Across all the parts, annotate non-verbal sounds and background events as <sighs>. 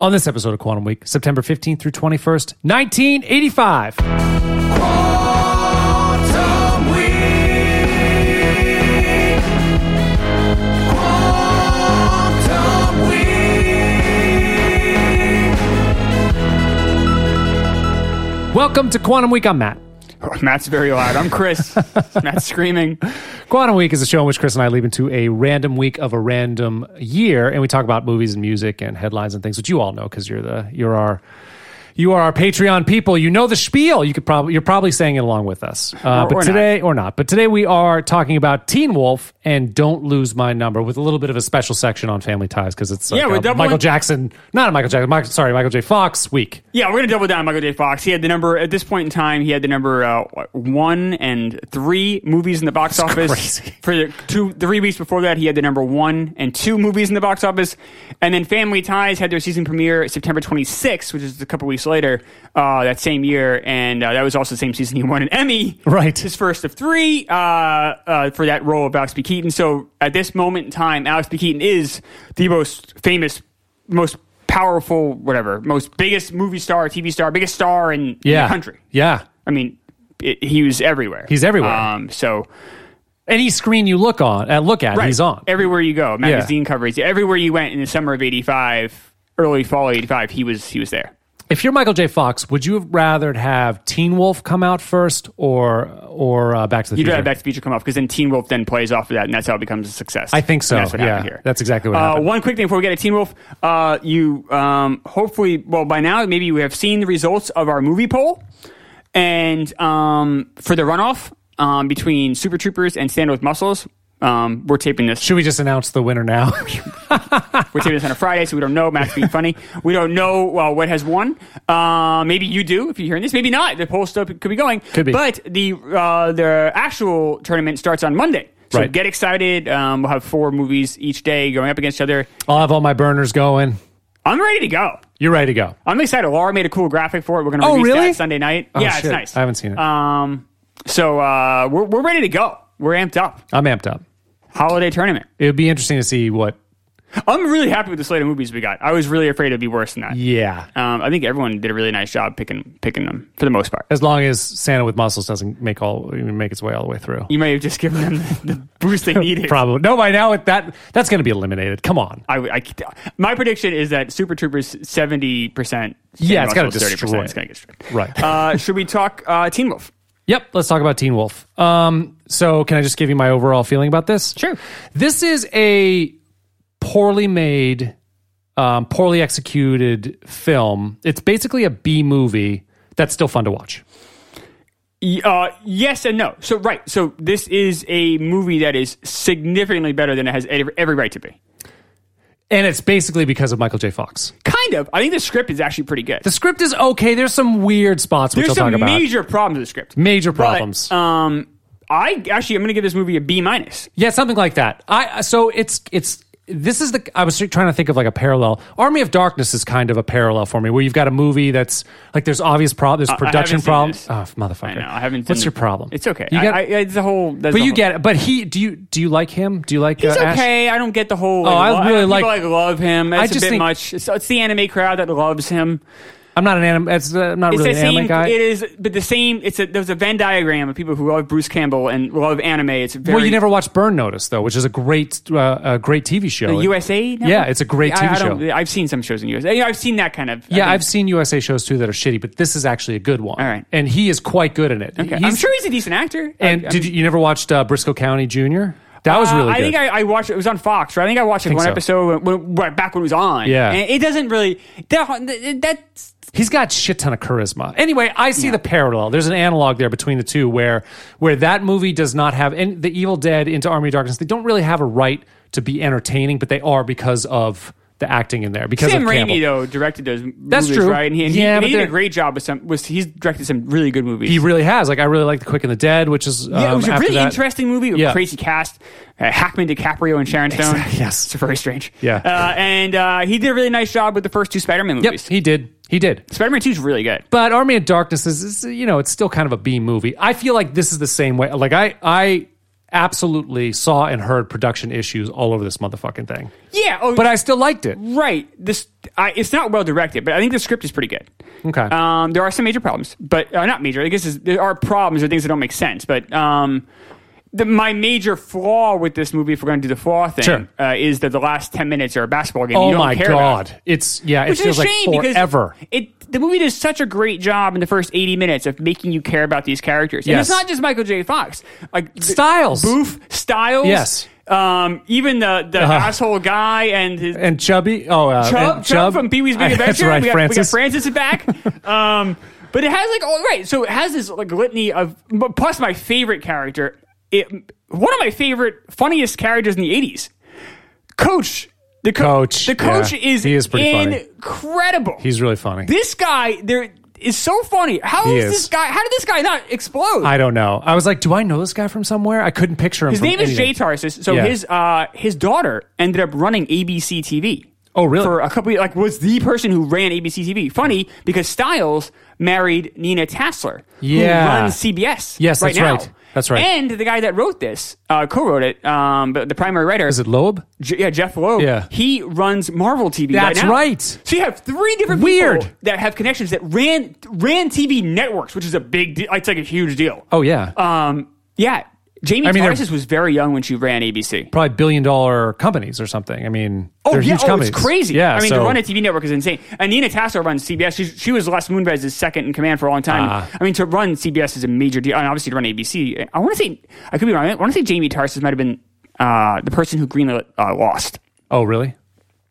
on this episode of Quantum Week, September 15th through 21st, 1985. Quantum Week. Quantum Week. Welcome to Quantum Week. I'm Matt. <laughs> Matt's very loud. I'm Chris. Matt's screaming. Quantum Week is a show in which Chris and I leave into a random week of a random year, and we talk about movies and music and headlines and things, which you all know because you're the you're our you are our Patreon people. You know the spiel. You could probably you're probably saying it along with us, uh, Or- but or not. today or not. But today we are talking about Teen Wolf and Don't Lose My Number with a little bit of a special section on Family Ties because it's like Yeah, we're a doubling- Michael Jackson, not a Michael Jackson, Michael, sorry, Michael J. Fox week. Yeah, we're gonna double down on Michael J. Fox. He had the number at this point in time. He had the number uh, one and three movies in the box office. crazy. For the two, three weeks before that, he had the number one and two movies in the box office. And then Family Ties had their season premiere September 26th, which is a couple weeks later uh, that same year, and uh, that was also the same season he won an Emmy. Right. his first of three uh, uh, for that role of Alex B. Keaton. So at this moment in time, Alex B. Keaton is the most famous, most powerful, whatever, most biggest movie star, TV star, biggest star in, in Yeah, the country. Yeah, I mean, it, he was everywhere. He's everywhere. Um, so any screen you look on, uh, look at, right, he's on. everywhere you go. Magazine coverage, everywhere you went in the summer of '85, early fall of '85, he was he was there. If you're Michael J. Fox, would you have rather have Teen Wolf come out first or or uh, Back to the You'd Future? rather Back to the Future come off because then Teen Wolf then plays off of that, and that's how it becomes a success. I think so, And that's what yeah. happened here. That's exactly what uh, happened. One quick thing before we get to Teen Wolf, uh, you um, hopefully, well, by now maybe you have seen the results of our movie poll, and um, for the runoff um, between Super Troopers and Stand with Muscles. Um, we're taping this. Should we just announce the winner <laughs> now? <laughs> We're taping this on a Friday, so we don't know. Matt's being funny. We don't know well, what has won. Uh, maybe you do if you're hearing this. Maybe not. The poll still could be going. Could be. But the uh, the actual tournament starts on Monday. So Right. get excited. Um, we'll have four movies each day going up against each other. I'll have all my burners going. I'm ready to go. You're ready to go. I'm excited. Laura made a cool graphic for it. We're going to Oh, release really? that Sunday night. Oh, yeah, shit. it's nice. I haven't seen it. Um, so uh, we're, we're ready to go. We're amped up. I'm amped up. Holiday tournament. It would be interesting to see what. I'm really happy with the slate of movies we got. I was really afraid it'd be worse than that. Yeah, Um, I think everyone did a really nice job picking picking them for the most part. as long as Santa with muscles doesn't make all make its way all the way through. You may have just given them <laughs> the, the boost they needed. Probably no. By now, it, that that's going to be eliminated. Come on. I, would- I- my prediction is that Super Troopers seventy percent. Yeah, it's gotta destroy It's it. gonna get destroyed. Right. Uh, should we talk uh, Teen Wolf? Yep, let's talk about Teen Wolf. Um, so can I just give you my overall feeling about this? Sure. This is a poorly made, um, poorly executed film. It's basically a B movie that's still fun to watch. Y- Uh, yes and no. So right. So this is a movie that is significantly better than it has every, every right to be. And it's basically because of Michael J. Fox. Kind of. I think the script is actually pretty good. The script is okay. There's some weird spots which There's I'll some talk about. major problems with the script. Major But, problems. um, I actually I'm gonna give this movie a B minus. yeah, something like that. I uh, so it's it's this is the I was trying to think of like a parallel. Army of Darkness is kind of a parallel for me, where you've got a movie that's like there's obvious problems, there's I production haven't seen problems. this. Oh, motherfucker! I know. I haven't. What's done- your problem? It's okay. You got, I, I, it's a whole. that's but the you whole- get it. But he do you do you like him? Do you like He's uh, Ash? Oh, okay. I don't get the whole. Like, I lo- really people, like- like love him. It's I a just bit think- much. It's, it's the anime crowd that loves him. I'm not an anime. It's, uh, I'm not It's really the an same. anime guy. It is, but the same. It's a there's a Venn diagram of people who love Bruce Campbell and love anime. It's very. well, you never watched Burn Notice though, which is a great uh, a great TV show. the USA. Now? Yeah, it's a great I- TV I don't- show. I've seen some shows in USA. You know, I've seen that kind of. I yeah, think- I've seen USA shows too that are shitty, but this is actually a good one. All right. and he is quite good in it. okay. He's- I'm sure he's a decent actor. And I, did you, you never watched uh, Briscoe County Jr.? That was really Uh, I good. think I, I watched it. was on Fox, right? I think I watched it Think one so. episode when, when, back when it was on. Yeah. And it doesn't really. That, that's He's got shit ton of charisma. Anyway, I see the parallel. There's an analog there between the two where where that movie does not have and the Evil Dead into Army of Darkness. They don't really have a right to be entertaining, but they are because of the acting in there. Because Sam of Campbell. Raimi though directed those. That's movies, true. right? And he, and he- Yeah, and but he did a they're- great job with some. Was he's directed some really good movies? He really has. Like I really like The Quick and the Dead, which is yeah, it was um, a after really that. interesting movie. with Yeah. crazy cast: uh, Hackman, DiCaprio, and Sharon Stone. Exactly, yes. it's very strange. Yeah. uh, and uh, he did a really nice job with the first two Spider-Man Yep, movies. he did. He did. Spider-Man Two is really good. But Army of Darkness is, is you know it's still kind of a B movie. I feel like this is the same way. Like I I absolutely saw and heard production issues all over this motherfucking thing. Yeah. Oh, But I still liked it. right. This I, it's not well directed, but I think the script is pretty good. Okay. Um, there are some major problems, but uh, not major. I guess is- there are problems or things that don't make sense. But um, the, my major flaw with this movie, if we're going to do the flaw thing, Sure. uh, is that the last ten minutes are a basketball game. you oh don't my care about. god. It's yeah, Which it is feels a like shame forever. because it the movie does such a great job in the first eighty minutes of making you care about these characters. And Yes. it's not just Michael J. Fox, like th- Styles. Booth, Styles, Yes. um, even the the Uh-huh. asshole guy and his and Chubby, oh, uh, Chubb, and Chubb, from <laughs> Pee Wee's Big Adventure. That's right, we, got, Francis. we got Francis <laughs> back. um, but it has like all right. So it has this like litany of but plus my favorite character. It, one of my favorite funniest characters in the eighties. Coach. The co- Coach, The coach yeah. is, He is pretty funny. incredible. He's really funny. this guy there is so funny. How He is, is. this guy? How did this guy not explode? I don't know. I was like, do I know this guy from somewhere? I couldn't picture him. his from name is anything. Jay Tarsis. So Yeah. his uh, his daughter ended up running ABC TV. Oh, really? For a couple, of- like, was the person who ran ABC TV. Funny because Styles married Nina Tassler, Yeah. who runs CBS. Yes, right that's now. right. That's right. And the guy that wrote this, uh, co-wrote it, um, but the primary writer Is it Loeb? J- yeah, Jeff Loeb. Yeah. He runs Marvel TV. That's right, now. right. So you have three different Weird. people that have connections that ran ran TV networks, which is a big. De- it's like a huge deal. Oh yeah, Um. Yeah. Jamie I mean, they're- Tarsis was very young when she ran ABC. probably billion dollar companies or something. I mean, they're huge oh, companies. it's crazy. Yeah, I mean, so, to run a TV network is insane. And Nina Tassel runs CBS. She, she was Les Moonves's second in command for a long time. Ah. I mean, to run CBS is a major deal, and obviously to run ABC. I want to say, I could be wrong. I want to say Jamie Tarsis might have been uh, the person who greenlit uh, Lost. oh really?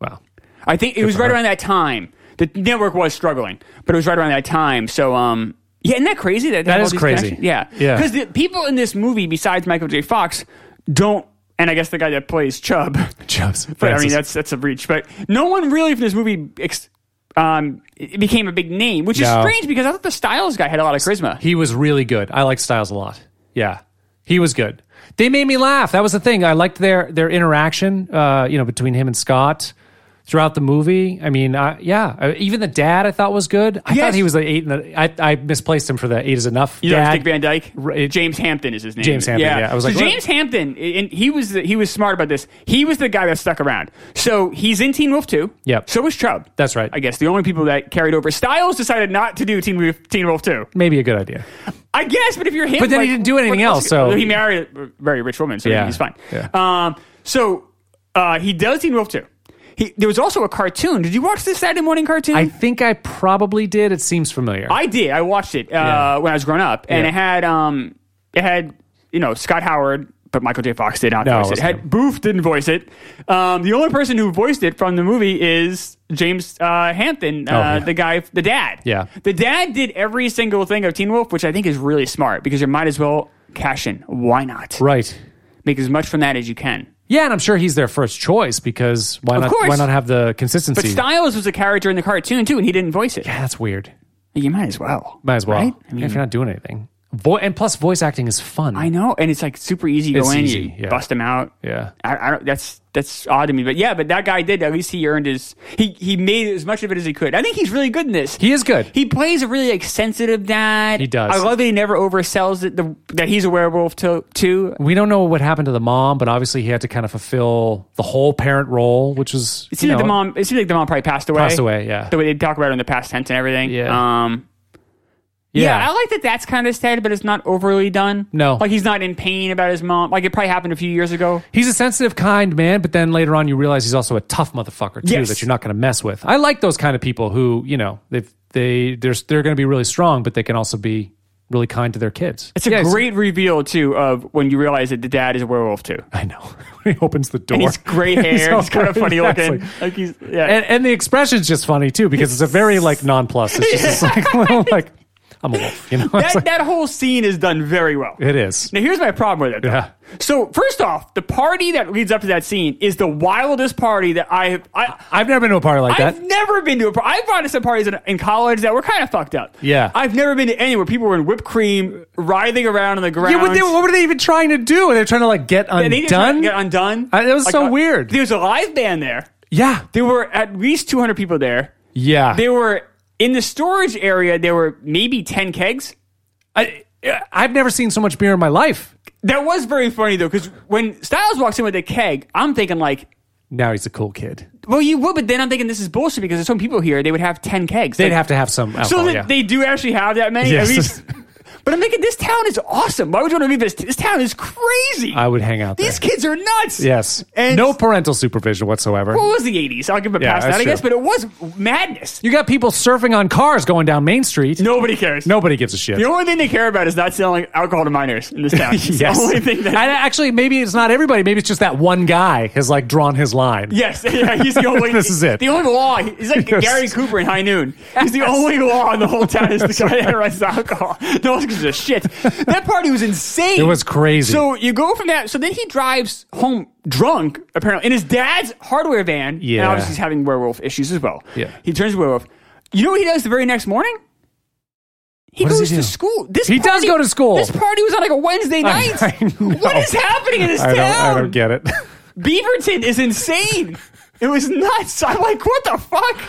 Wow. I think it was for right her. around that time. The network was struggling, but it was right around that time. So, um, yeah, isn't that crazy? That, That is crazy. Yeah, Yeah. Because the people in this movie, besides Michael J. Fox, don't, and I guess the guy that plays Chubb. <laughs> <laughs> Jobs. But I mean, that's that's a breach. But no one really from this movie ex- um, it became a big name, which is No. strange because I thought the Styles guy had a lot of charisma. he was really good. I like Styles a lot. Yeah, he was good. They made me laugh. That was the thing. I liked their their interaction. Uh, you know, between him and Scott throughout the movie. I mean, I, yeah, I- even the dad I thought was good. I Yes. thought he was the eight. And the, I I misplaced him for the eight is enough. You know, dad. Dick Van Dyke, Right, it- James Hampton is his name. James Hampton, yeah. I was like, so what? James Hampton, and he was the, he was smart about this. He was the guy that stuck around. So he's in Teen Wolf two. Yep. So was Chubb. That's right. I guess the only people that carried over. Styles decided not to do Teen Wolf, Teen Wolf two. Maybe a good idea. I guess, but if you're him, But then he like, didn't do anything what else, so- he married a very rich woman, so Yeah, he's fine. yeah. Um, so uh, he does Teen Wolf too. He, there was also a cartoon. Did you watch this Saturday morning cartoon? I think I probably did. It seems familiar. I did. I watched it uh, Yeah. when I was growing up, and Yeah. it had um, it had you know Scott Howard, but Michael J. Fox did not No, it voice it. it. wasn't Had him. Booth didn't voice it. Um, the only person who voiced it from the movie is James uh, Hampton, uh, Oh, yeah. the guy, the dad. Yeah. the dad did every single thing of Teen Wolf, which I think is really smart because you might as well cash in. Why not right. make as much from that as you can? Yeah, and I'm sure he's their first choice because why not? course. Why not have the consistency? But Styles was a character in the cartoon too, and he didn't voice it. Yeah, that's weird. You might as well. Might as well. Right? I mean, if you're not doing anything, Vo- and plus voice acting is fun. I know, and it's like super easy to It's win. easy, you yeah. bust them out. Yeah. I, I don't, that's that's odd to me, but yeah, but that guy did. At least he earned his. He he made as much of it as he could. I think he's really good in this. He is good. He plays a really like sensitive dad. He does. I love that he never oversells it. The, that he's a werewolf to, too. we don't know what happened to the mom, but obviously he had to kind of fulfill the whole parent role, which was It seems like the mom. It seems like the mom probably passed away. passed away. Yeah, The way they talk about it in the past tense and everything. Yeah. Um. Yeah. I like that. That's kind of sad, but it's not overly done. No. like he's not in pain about his mom. Like it probably happened a few years ago. he's a sensitive, kind man, but then later on you realize he's also a tough motherfucker too Yes. that you're not going to mess with. I like those kind of people who you know they've they they're they're going to be really strong, but they can also be really kind to their kids. It's a Yeah, great reveal too of when you realize that the dad is a werewolf too. I know. <laughs> he opens the door. And <laughs> he's gray hair. He's, all- kind of funny Exactly. looking. Like he's yeah. and, and the expression's just funny too because it's a very like nonplussed. It's just <laughs> this, like <laughs> little, like I'm a wolf, you know. that It's like- that whole scene is done very well. it is. Now here's my problem with it. though. Yeah. So first off, the party that leads up to that scene is the wildest party that I have. I, I've never been to a party like I've that. never been to a party. I've gone to some parties in, in college that were kind of fucked up. Yeah. I've never been to any where people were in whipped cream, writhing around on the ground. Yeah, what, they, what were they even trying to do? Were they trying to like get And they just tried to undone? Get undone. I- that was so uh, weird. There was a live band there. yeah, There were at least 200 people there. yeah. There were in the storage area. There were maybe 10 kegs. I, I've never seen so much beer in my life. That was very funny though, because when Styles walks in with a keg, I'm thinking like, Now he's a cool kid. well, you would, but then I'm thinking this is bullshit because there's some people here. They would have ten kegs. They'd Like, have to have some alcohol. So that yeah. they do actually have that many. Yes. At least. <laughs> But I'm thinking this town is awesome. Why would you want to leave this? This town is crazy. I would hang out These there. kids are nuts. Yes. And- no parental supervision whatsoever. Well, it was the 80s. I'll give it a Yeah, pass that, that's I guess. true. But it was madness. you got people surfing on cars going down Main Street. Nobody cares. Nobody gives a shit. The only thing they care about is not selling alcohol to minors in <laughs> this town. It's Yes. The only thing that. and actually, maybe it's not everybody. Maybe it's just that one guy has like drawn his line. Yes, <laughs> yeah, he's the only. This is it. The only law. He's <laughs> like Yes. Gary Cooper in High Noon. He's the only law in the whole town is the guy that runs alcohol. No one gives a shit. That party was insane. It was crazy. So you go from that. So then he drives home drunk, apparently, in his dad's hardware van. Yeah. And obviously he's having werewolf issues as well. Yeah. He turns werewolf. You know what he does the very next morning? He What does goes he do? to school. This He does party- go to school. This party was on like a <laughs> Wednesday I- night. I know. what is happening in this I don't, town? I don't get it. <laughs> Beaverton is insane. It was nuts. I'm like, what the fuck?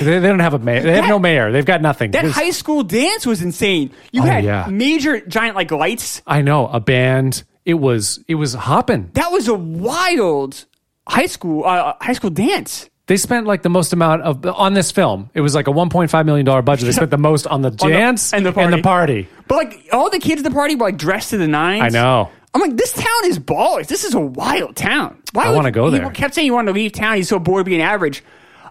they, they don't have a mayor. They have That- no mayor. They've got nothing. That There's- high school dance was insane. You Oh, had yeah. major giant like lights. I know a band. It was it was hopping. That was a wild high school uh, high school dance. They spent like the most amount of on this film. It was like a 1.5 million dollar budget. They spent the most <laughs> on the dance and the And the party. But like all the kids at the party were like dressed to the nines. I know. I'm like, this town is ballers. This is a wild town. Why I would- wanna go he there. kept saying he wanted to leave town. He's so bored of being average.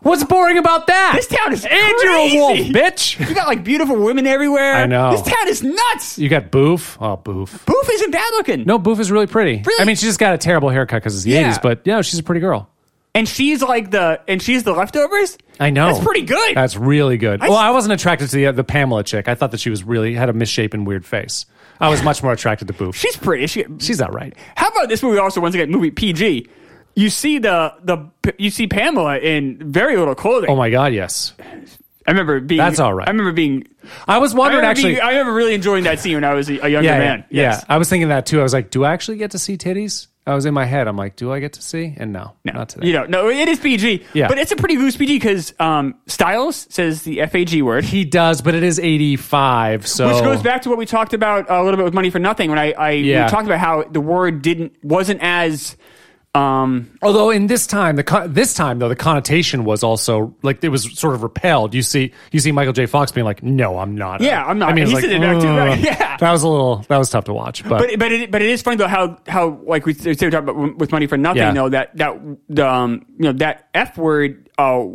What's boring about that? This town is and you're a wolf, crazy. bitch. <laughs> You got like beautiful women everywhere. I know. This town is nuts. You got Boof. Oh, Boof. Boof isn't bad looking. No, Boof is really pretty. Really? I mean, she just got a terrible haircut because it's the Yeah. 80s, but yeah, she's a pretty girl. and she's like the and she's the leftovers. I know. that's pretty good. That's really good. I well, s- I wasn't attracted to the the Pamela chick. I thought that she was really had a misshapen, weird face. I was much more attracted to Boof. she's pretty. She, She's all right. how about this movie? Also, once again, movie PG. You see the the you see Pamela in very little clothing. Oh my god, yes. I remember being That's all right. I remember being. I was I wondering remember, actually. being, I remember really enjoying that scene when I was a, a younger yeah, man. yeah, Yes. yeah. I was thinking that too. I was like, do I actually get to see titties? I was in my head. I'm like, do I get to see? And no, No, not today. You know, no, it is PG. Yeah. But it's a pretty loose PG because um, Styles says the FAG word. he does, but it is 85. So Which goes back to what we talked about a little bit with Money for Nothing when I, I Yeah. we talked about how the word didn't wasn't as um, Although in this time, the con- this time though, the connotation was also like it was sort of repelled. You see, you see Michael J. Fox being like, "No, I'm not." a-" Yeah, I'm not. I mean, it's He like, said it back too, right? "Ugh." Yeah. that was a little. That was tough to watch, but, but but it, but it is funny though how how like we we talked about with money for nothing Yeah. though that that the um you know that f word uh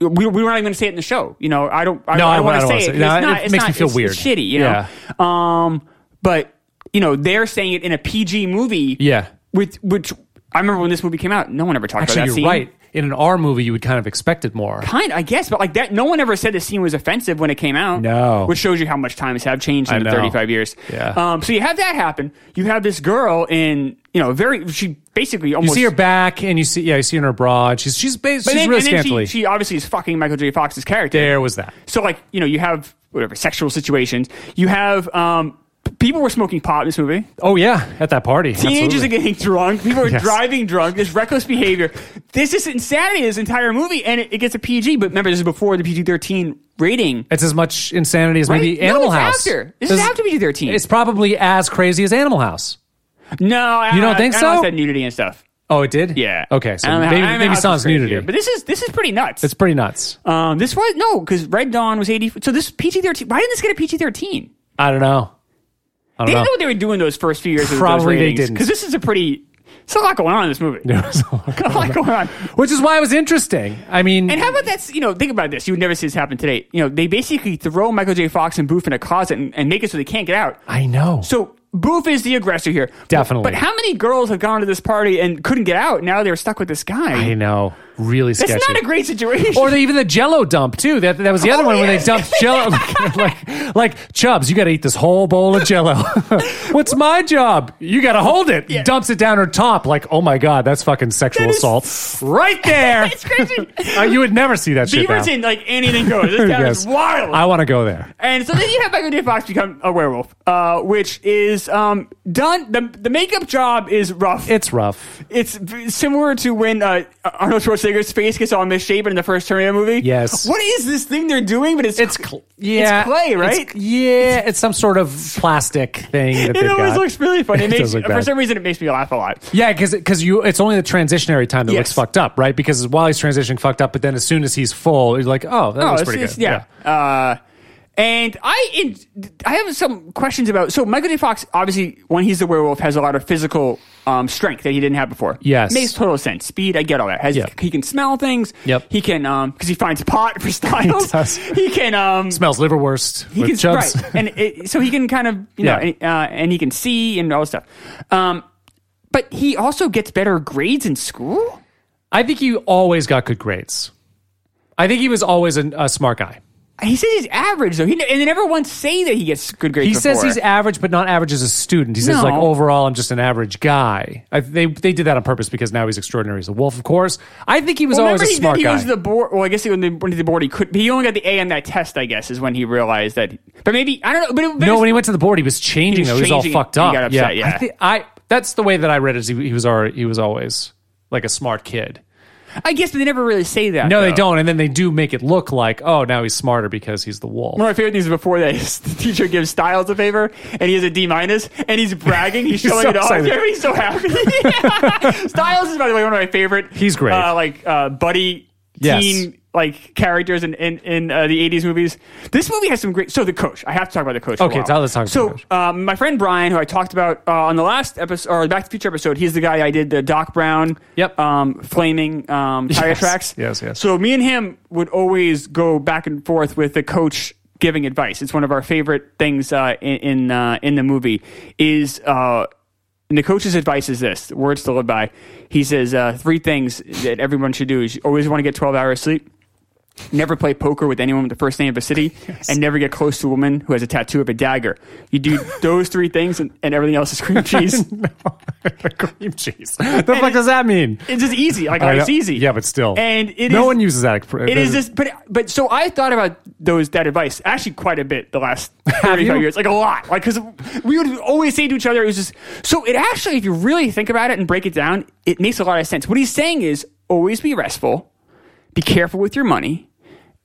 we, we were not even going to say it in the show you know I don't I, No, I I- don't want I to don't wanna say say it it. No, it's not, it it's makes not, me feel it's, weird. it's shitty you know um but you know they're saying it in a PG movie Yeah. with which I remember when this movie came out no one ever talked actually, about that you're scene right. In an R movie, you would kind of expect it more. Kind, I guess, but like that, no one ever said the scene was offensive when it came out. No. which shows you how much times have changed I in the know. 35 years. Yeah. Um. So you have that happen. You have this girl in, you know, very. She basically You almost. see her back, and you see yeah, you see her in her bra. and She's she's ba- she's but then, really and then scantily. she, she obviously is fucking Michael J. Fox's character. there was that. So like, you know, you have whatever sexual situations. You have um. p- People were smoking pot in this movie. Oh yeah, at that party, Teenagers Absolutely. are getting drunk. People are Yes. driving drunk. There's reckless behavior. This is insanity. This entire movie, and it, it gets a PG. But remember, this is before the PG-13 rating. It's as much insanity as maybe Right? No, Animal it's House. after. This is after PG-13. It's probably as crazy as Animal House. No, You don't think I, I so? Said nudity and stuff. Oh, it did. Yeah. Okay. So I don't know how- maybe I don't know maybe how sans it's crazy nudity. here, but this is this is pretty nuts. it's pretty nuts. um, this was no because Red Dawn was eighty. So this PG thirteen. Why didn't this get a PG thirteen? I don't know. I They don't didn't know know. what they were doing those first few years. Probably they didn't. because this is a pretty. It's a lot going on in this <laughs> movie. There was a lot <laughs> a lot going on. Which is why it was interesting. I mean, And how about that's you know think about this you would never see this happen today you know they basically throw Michael J Fox and Booth in a closet and, and make it so they can't get out I know. so Booth is the aggressor here Definitely. but how many girls have gone to this party and couldn't get out now they're stuck with this guy I know. Really That's sketchy. not a great situation. or they, even the Jello dump too. That that was the other Oh, one where yes. they dumped Jello, <laughs> like, like like Chubbs. You got to eat this whole bowl of Jello. <laughs> What's my job? You got to hold it. Yeah. Dumps it down her top. Like, oh my god, that's fucking sexual <laughs> That is- assault right there. <laughs> it's crazy. Uh, you would never see that shit. now. Beaverton, like <laughs> anything goes. This guy Yes. is wild. I want to go there. and so then you have Michael J. Fox become a werewolf, uh, which is um, done. The, the makeup job is rough. It's rough. it's v- similar to when uh, Arnold Schwarzenegger Schwarzenegger's face gets all misshapen in the first Terminator movie. Yes. What is this thing they're doing? But it's It's cl- yeah, clay, right? It's- yeah, it's some sort of plastic thing. <laughs> That it they've always got. looks really <laughs> funny. It It makes, does look for bad. some reason, it makes me laugh a lot. Yeah, because you it's only the transitionary time that Yes. looks fucked up, right? Because while he's transitioning, fucked up. But then as soon as he's full, he's like, oh, that looks it's- pretty it's- good. Yeah. Uh, and I, in, I have some questions about. So Michael J. Fox, obviously, when he's the werewolf, has a lot of physical um, strength that he didn't have before. Yes. makes total sense. Speed, I get all that. Has Yeah. he can smell things? Yep. He can um because he finds pot for <laughs> styles. does. He can um Smells liverwurst he with can chubs. right, and it, so he can kind of you Yeah. know, and, uh, and he can see and all this stuff. Um, but he also gets better grades in school. <laughs> I think he always got good grades. I think he was always an, a smart guy. He says he's average though, he, ne- and they never once say that he gets good grades. He says before. he's average, but not average as a student. He says No. like overall, I'm just an average guy. I, they they did that on purpose because now he's extraordinary as a wolf. Of course, I think he was Well, always a he, did- smart he guy. was the board. Well, I guess he, when, the, when he did the board, he could. He only got the A on that test. I guess is when he realized that. But maybe I don't know. But it, no, but it's- when he went to the board, he was changing. He though. was He was all changing. fucked He up. got upset, yeah. I, thi- I that's the way that I read it. Is he, he was already, he was always like a smart kid. I guess but they never really say that. No, they though. don't. And then they do make it look like, oh, now he's smarter because he's the wolf. <laughs> One of my favorite things is before that <laughs> is the teacher gives Styles a favor and he has a D minus and he's bragging, <laughs> <laughs> he's, He's showing so it off. excited. Everybody's so happy. Styles is by the way one of my favorite. He's great. Uh, like uh, buddy Yes. teen like characters in in, in uh, the '80s movies. This movie has some great. So the coach, I have to talk about the coach. for a Okay, while. so let's talk about So the coach. um, my friend Brian, who I talked about uh, on the last episode or Back to the Future episode, he's the guy I did the Doc Brown, Yep. um, flaming um, tire Yes. tracks. Yes, yes. So me and him would always go back and forth with the coach giving advice. It's one of our favorite things uh, in in, uh, in the movie. Is uh, and the coach's advice is this: words to live by. He says uh, three things that everyone should do: is you always want to get twelve hours sleep. Never play poker with anyone with the first name of <laughs> a city, and never get close to a woman who has a tattoo of a dagger. <laughs> You do those three things, and, and everything else is cream cheese. cream cheese. <laughs> The fuck does that mean? It's just easy. Like I know. it's easy. Yeah, but still. And it no is- one uses that. It is this, but but so I thought about those that advice actually quite a bit the last <laughs> Have you? thirty five years, like a lot, like because we would always say to each other, it was just so. It actually, if you really think about it and break it down, it makes a lot of sense. What he's saying is always be restful, be careful with your money,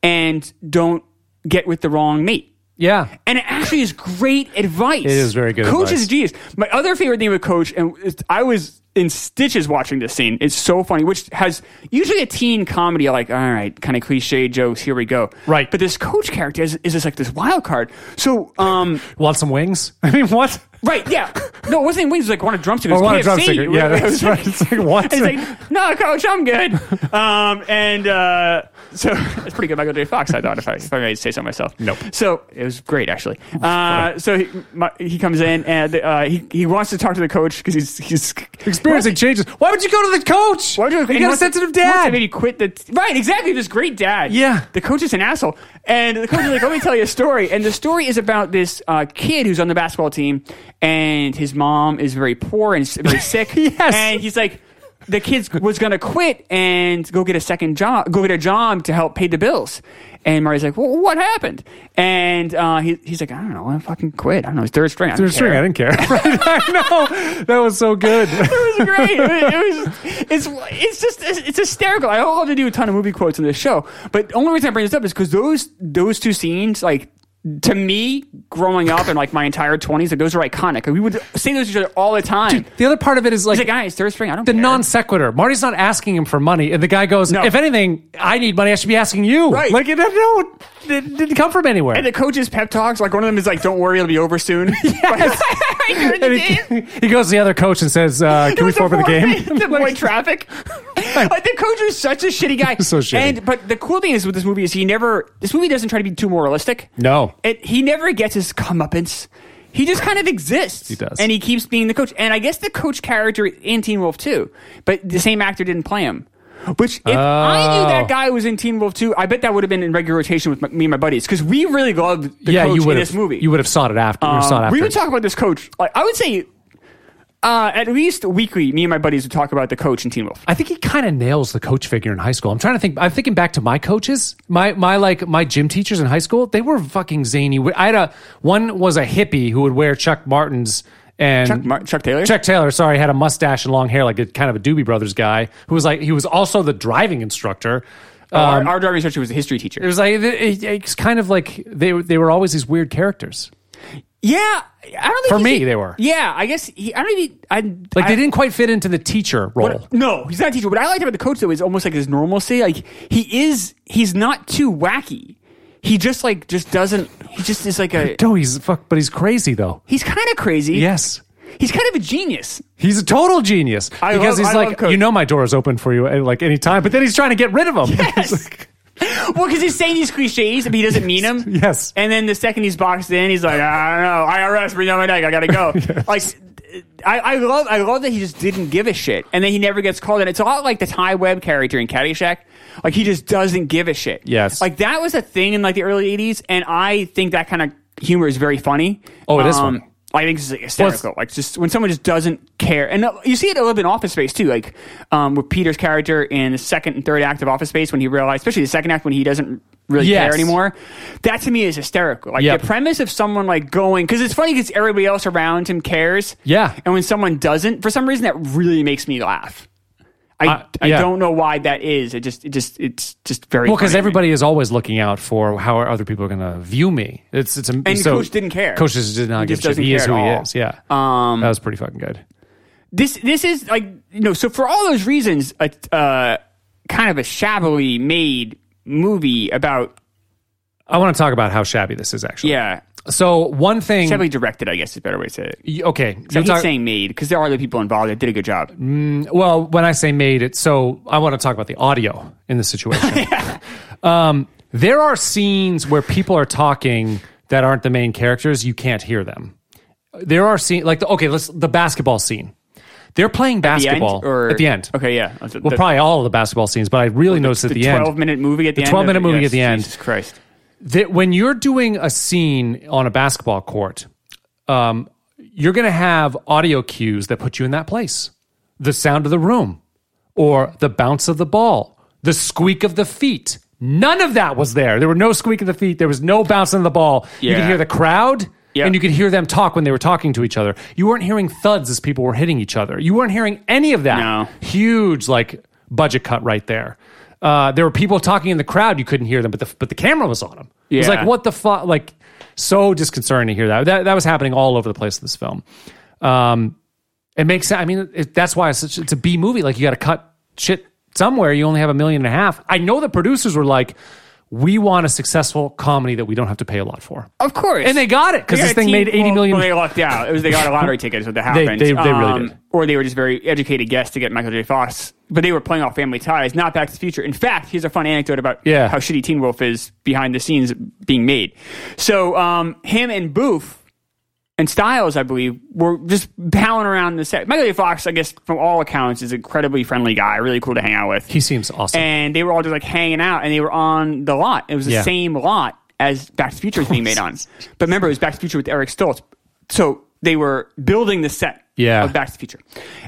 and don't get with the wrong mate. Yeah. And it actually is great advice. It is very good Coach advice. is genius. My other favorite thing with Coach, and it's- I was in stitches watching this scene. It's so funny, which has usually a teen comedy, like, all right, kind of cliche jokes, here we go. Right. But this Coach character is, is just like this wild card. So, um, Want some wings? <laughs> I mean, what? right, yeah. No, it wasn't Wings, it was like want a drumstick. It Or was want a KFC. drumstick. Yeah, <laughs> It was- that's right. It's like, what? It's like, no, Coach, <laughs> I'm good. Um, and uh, so it's pretty good Michael J. Fox, I thought, if I, if I may say so myself. Nope. So it was <laughs> great, actually. Uh, so he, my, he comes in and uh, he, he wants to talk to the coach because he's, he's Experiencing changes. Why would you go to the coach? Why would you and got a wants to- sensitive wants to dad? Maybe quit the right. Exactly, this great dad. Yeah. the coach is an asshole, and the coach is like, "Let me tell you a story." And the story is about this uh, kid who's on the basketball team, and his mom is very poor and s- very sick. <laughs> Yes. and he's like. The kid was gonna quit and go get a second job, go get a job to help pay the bills. And Marty's like, well, "What happened?" And uh, he, he's like, "I don't know. I fucking quit. I don't know. It's third string. I don't They're string. care." I didn't care. <laughs> Right? I know. That was so good. it was great. It was, it was- it's it's just it's, it's hysterical. I don't have to do a ton of movie quotes in this show, but the only reason I bring this up is because those those two scenes, like to me, growing up and like my entire twenties, like those are iconic. Like, we would say those to each other all the time. The other part of it is He's like, like, guys, third string. I don't the care." non sequitur. Marty's not asking him for money, and the guy goes, No. "If anything, I need money. I should be asking you." Right. Like it, no, it didn't come from anywhere. <laughs> And the coaches pep talks. Like one of them is like, "Don't worry, it'll be over soon." <laughs> Yes. And he, <laughs> he goes to the other coach and says, uh, "Can we forfeit the game?" <laughs> to avoid traffic. like the coach is such a shitty guy. <laughs> So shitty. And but the cool thing is with this movie is he never. This movie doesn't try to be too moralistic. <laughs> No. it, he never gets his comeuppance. He just kind of exists. He does. and he keeps being the coach. And I guess the coach character in Teen Wolf too, but the same actor didn't play him. Which, if I knew Oh. that guy was in Teen Wolf 2, I bet that would have been in regular rotation with my, me and my buddies because we really loved the yeah, coach you in would this have. movie. You would have sought it after. you Um, sought after. we would it. talk about this coach. Like I would say, uh, at least weekly, me and my buddies would talk about the coach in Teen Wolf. I think he kind of nails the coach figure in high school. I'm trying to think. I'm thinking back to my coaches, my my like my gym teachers in high school. They were fucking zany. I had a one was a hippie who would wear Chuck Martins. and Chuck, Mar- Chuck Taylor. Chuck Taylor, sorry, had a mustache and long hair, like a kind of a Doobie Brothers guy, who was like he was also the driving instructor. our, our driving instructor was a history Um, It teacher. was like it, it- it's kind of like they were- they were always these weird characters. Yeah, I don't think For he's- me, they were. Yeah, I guess he, I don't even. I Like I, they didn't quite fit into the teacher role. But- no, he's not a teacher. What I liked about the coach though is almost like his normalcy. Like he is, he's not too wacky. He just like just doesn't. He just is like a. no, he's fuck, but he's crazy though. He's kind of crazy. Yes. he's kind of a genius. He's a total genius I because he's love- I love like, Coach. you know, my door is open for you at like any time. But then he's trying to get rid of him. <laughs> He's Yes. like, <laughs> well, because he's saying these cliches, but he doesn't mean them. Yes. And then the second he's boxed in, he's like, I don't know, IRS, bring down my neck, I <laughs> gotta go. Like, I, I love, I love that he just didn't give a shit, and then he never gets called. And it's a lot like the Ty Webb character in Caddyshack. Like he just doesn't give a shit. Yes. Like that was a thing in like the early '80s, and I think that kind of humor is very funny. Um, Oh, it is funny. I think it's like hysterical. like just when someone just doesn't care, and uh, you see it a little bit in Office Space too. Like um, with Peter's character in the second and third act of Office Space, when he realized, especially the second act, when he doesn't really Yes. care anymore. That to me is hysterical. Like Yep. the premise of someone like going because it's funny because everybody else around him cares. Yeah. and when someone doesn't, for some reason, that really makes me laugh. I, Uh, I yeah. don't know why that is. It just it just it's just very Well, because funny to me. everybody is always looking out for how are other people going to view me. It's it's a, And so Coach didn't care. Coach just did not He give a just shit. doesn't He is who care at he all. is. Yeah, um, that was pretty fucking good. this this is like you know so for all those reasons a uh, kind of a shabbily made movie about I want to talk about how shabby this is actually. yeah So one thing. shabbily directed I guess is a better way to say it. Y- Okay. So you he's talk- saying made because there are other people involved that did a good job. well, when I say made it, so I want to talk about the audio in the <laughs> situation. um, there are scenes where people are talking that aren't the main characters. You can't hear them. There are scenes like the, okay, let's the basketball scene. They're playing The end, basketball or at the end. Okay, yeah. Well, Well, probably all of the basketball scenes, but I really noticed at the, end. twelve minute movie at the, The end. 12 of minute it, movie yes, at the end. Jesus Christ. that when you're doing a scene on a basketball court, um, you're going to have audio cues that put you in that place. The sound of the room, or the bounce of the ball, the squeak of the feet. None of that was there. There were no squeak of the feet. There was no bouncing of the ball. You could Yeah. hear the crowd. Yeah. And you could hear them talk when they were talking to each other. You weren't hearing thuds as people were hitting each other. You weren't hearing any of that No. huge like budget cut right there. Uh, there were people talking in the crowd. You couldn't hear them, but the but the camera was on them. It was Yeah. like what the fuck? Like so disconcerting to hear that. That that was happening all over the place in this film. Um, it makes sense. I mean, it, that's why it's such, it's a B movie. Like you got to cut shit somewhere. You only have a million and a half. I know the producers were like, we want a successful comedy that we don't have to pay a lot for. Of course. And they got it because Yeah, this thing team- made eighty well, million. well, they lucked out. It was they got a lottery ticket, is what that They- happened. Um, they- they really did. Or they were just very educated guests to get Michael J. Fox. But they were playing off family ties, not Back to the Future. In fact, here's a fun anecdote about Yeah. how shitty Teen Wolf is behind the scenes being made. So um, him and Booth and Styles, I believe, were just palling around the set. Michael J. Fox, I guess, from all accounts, is an incredibly friendly guy, really cool to hang out with He seems awesome. and they were all just like hanging out and they were on the lot. It was the Yeah. same lot as Back to the Future was being <laughs> made on. But remember, it was Back to the Future with Eric Stoltz. So they were building the set Yeah. of Back to the Future.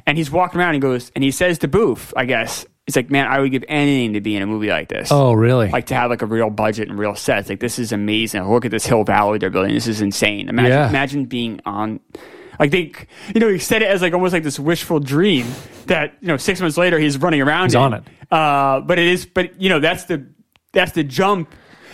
And he's walking around and he goes, and he says to Booth, I guess, he's like, man, I would give anything to be in a movie like this. oh really? Like to have like a real budget and real sets. Like this is amazing. Look at this Hill Valley they're building. This is insane. Imagine, Yeah. imagine being on. Like they, you know, he said it as like almost like this wishful dream that you know six months later he's running around. He's on it. Uh, but it is, but you know, that's the that's the jump.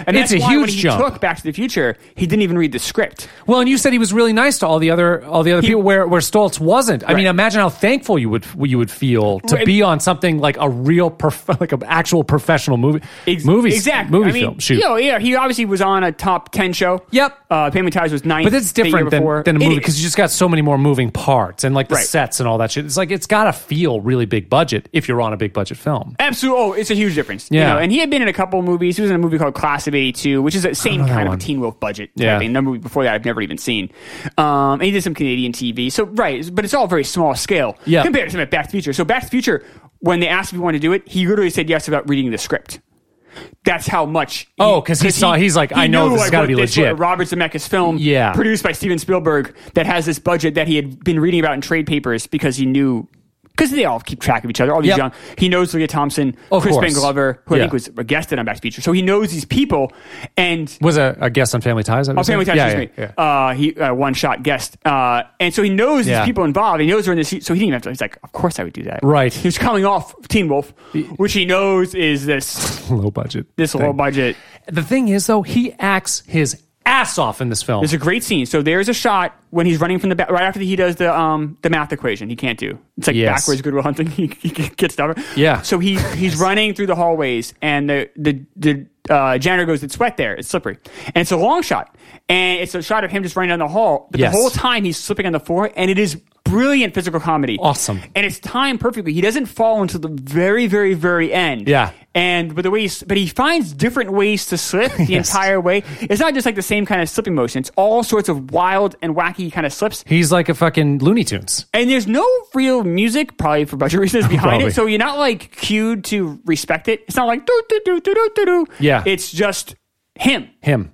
And It's that's a why when huge he jump. took Back to the Future, he didn't even read the script. Well, and you said he was really nice to all the other all the other people where where Stoltz wasn't. I mean, Right. imagine how thankful you would you would feel to Right. be on something like a real prof- <laughs> like an actual professional movie Ex- movie exactly. movie I mean, film shoot. You know, yeah, he obviously was on a top ten show. Yep. Uh, Payment Ties was ninth. but that's the year different than, before. than a It movie is. because you just got so many more moving parts and like the Right. sets and all that shit. It's like it's got to feel really big budget if you're on a big budget film. Absolutely. Oh, it's a huge difference. Yeah. You know, and he had been in a couple of movies. He was in a movie called Class of 82, which is the same know that kind of one. a Teen Wolf budget. type Yeah. thing. The movie before that I've never even seen. Um, and he did some Canadian TV. So, right. But it's all very small scale Yeah. compared to some at Back to the Future. So, Back to the Future, when they asked if he wanted to do it, he literally said yes without reading the script. That's how much. Oh, 'cause he saw- he's like, I know knew, this has gotta what be this legit. was, Robert Zemeckis film, Yeah. produced by Steven Spielberg, that has this budget that he had been reading about in trade papers because he knew because they all keep track of each other. All these Yep. young, he knows Leah Thompson, Of Chris Ben course. Glover, who I Yeah. think was a guest at Unbacked Feature. So he knows these people, and Was a, a guest on Family Ties? Oh, Family Ties, Yeah, excuse yeah, me. yeah. Uh, he uh, one shot guest, uh, and so he knows Yeah. these people involved. He knows they're in this, so he didn't even have to. He's like, of course I would do that. Right. He was coming off Teen Wolf, which he knows is <laughs> this low budget. this thing. low budget. The thing is, though, he acts his ass off in this film. There's a great scene. So there's a shot when he's running from the back, right after he does the um the math equation. He can't do. It's like Yes. backwards Goodwill Hunting. <laughs> He, he gets stubborn. Yeah. So he he's running through the hallways, and the the the uh, janitor goes, "It's wet there. It's slippery." And it's a long shot, and it's a shot of him just running down the hall. But Yes. the whole time he's slipping on the floor, and it is brilliant physical comedy. Awesome. And it's timed perfectly. He doesn't fall until the very very very end. Yeah. And but the way he's, but he finds different ways to <laughs> slip the Yes. entire way. It's not just like the same kind of slipping motion. It's all sorts of wild and wacky kind of slips. He's like a fucking Looney Tunes. And there's no real music, probably for budget <laughs> reasons, behind Probably. it. So you're not like cued to respect it. It's not like do do do do do do do. Yeah. It's just him, Him.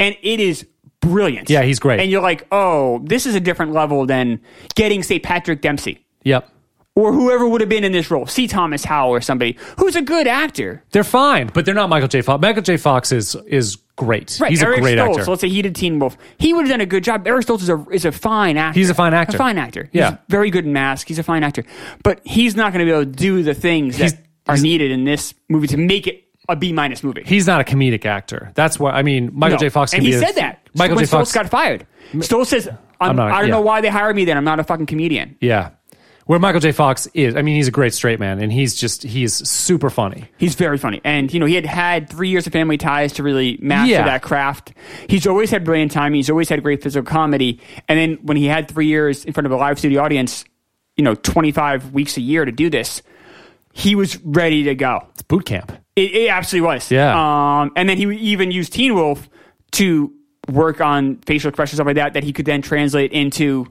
and it is brilliant. Yeah, he's great. And you're like, oh, this is a different level than getting say Patrick Dempsey Yep. or whoever would have been in this role, C. Thomas Howell or somebody who's a good actor. They're fine, but they're not Michael J. Fox. Michael J. Fox is is great. Right, He's Eric a great Stoltz, actor. Let's say he did Teen Wolf. He would have done a good job. Eric Stoltz is a is a fine actor. He's a fine actor. A fine actor. Yeah. He's very good in Mask. He's a fine actor, but he's not going to be able to do the things that He's- are he's- needed in this movie to make it a B minus movie. He's not a comedic actor. That's why I mean Michael No. J. Fox. Can and he be a- said that. Michael when J. Fox Stoltz got fired. Stoltz says, I'm, I'm not- "I don't yeah. know why they hired me. Then I'm not a fucking comedian." Yeah. Where Michael J. Fox is, I mean, he's a great straight man, and he's just he is super funny. He's very funny, and you know he had had three years of family ties to really master Yeah. that craft. He's always had brilliant timing. He's always had great physical comedy, and then when he had three years in front of a live studio audience, you know, twenty five weeks a year to do this, he was ready to go. It's boot camp. It, it absolutely was. Yeah. Um, and then he even used Teen Wolf to work on facial expressions stuff like that that he could then translate into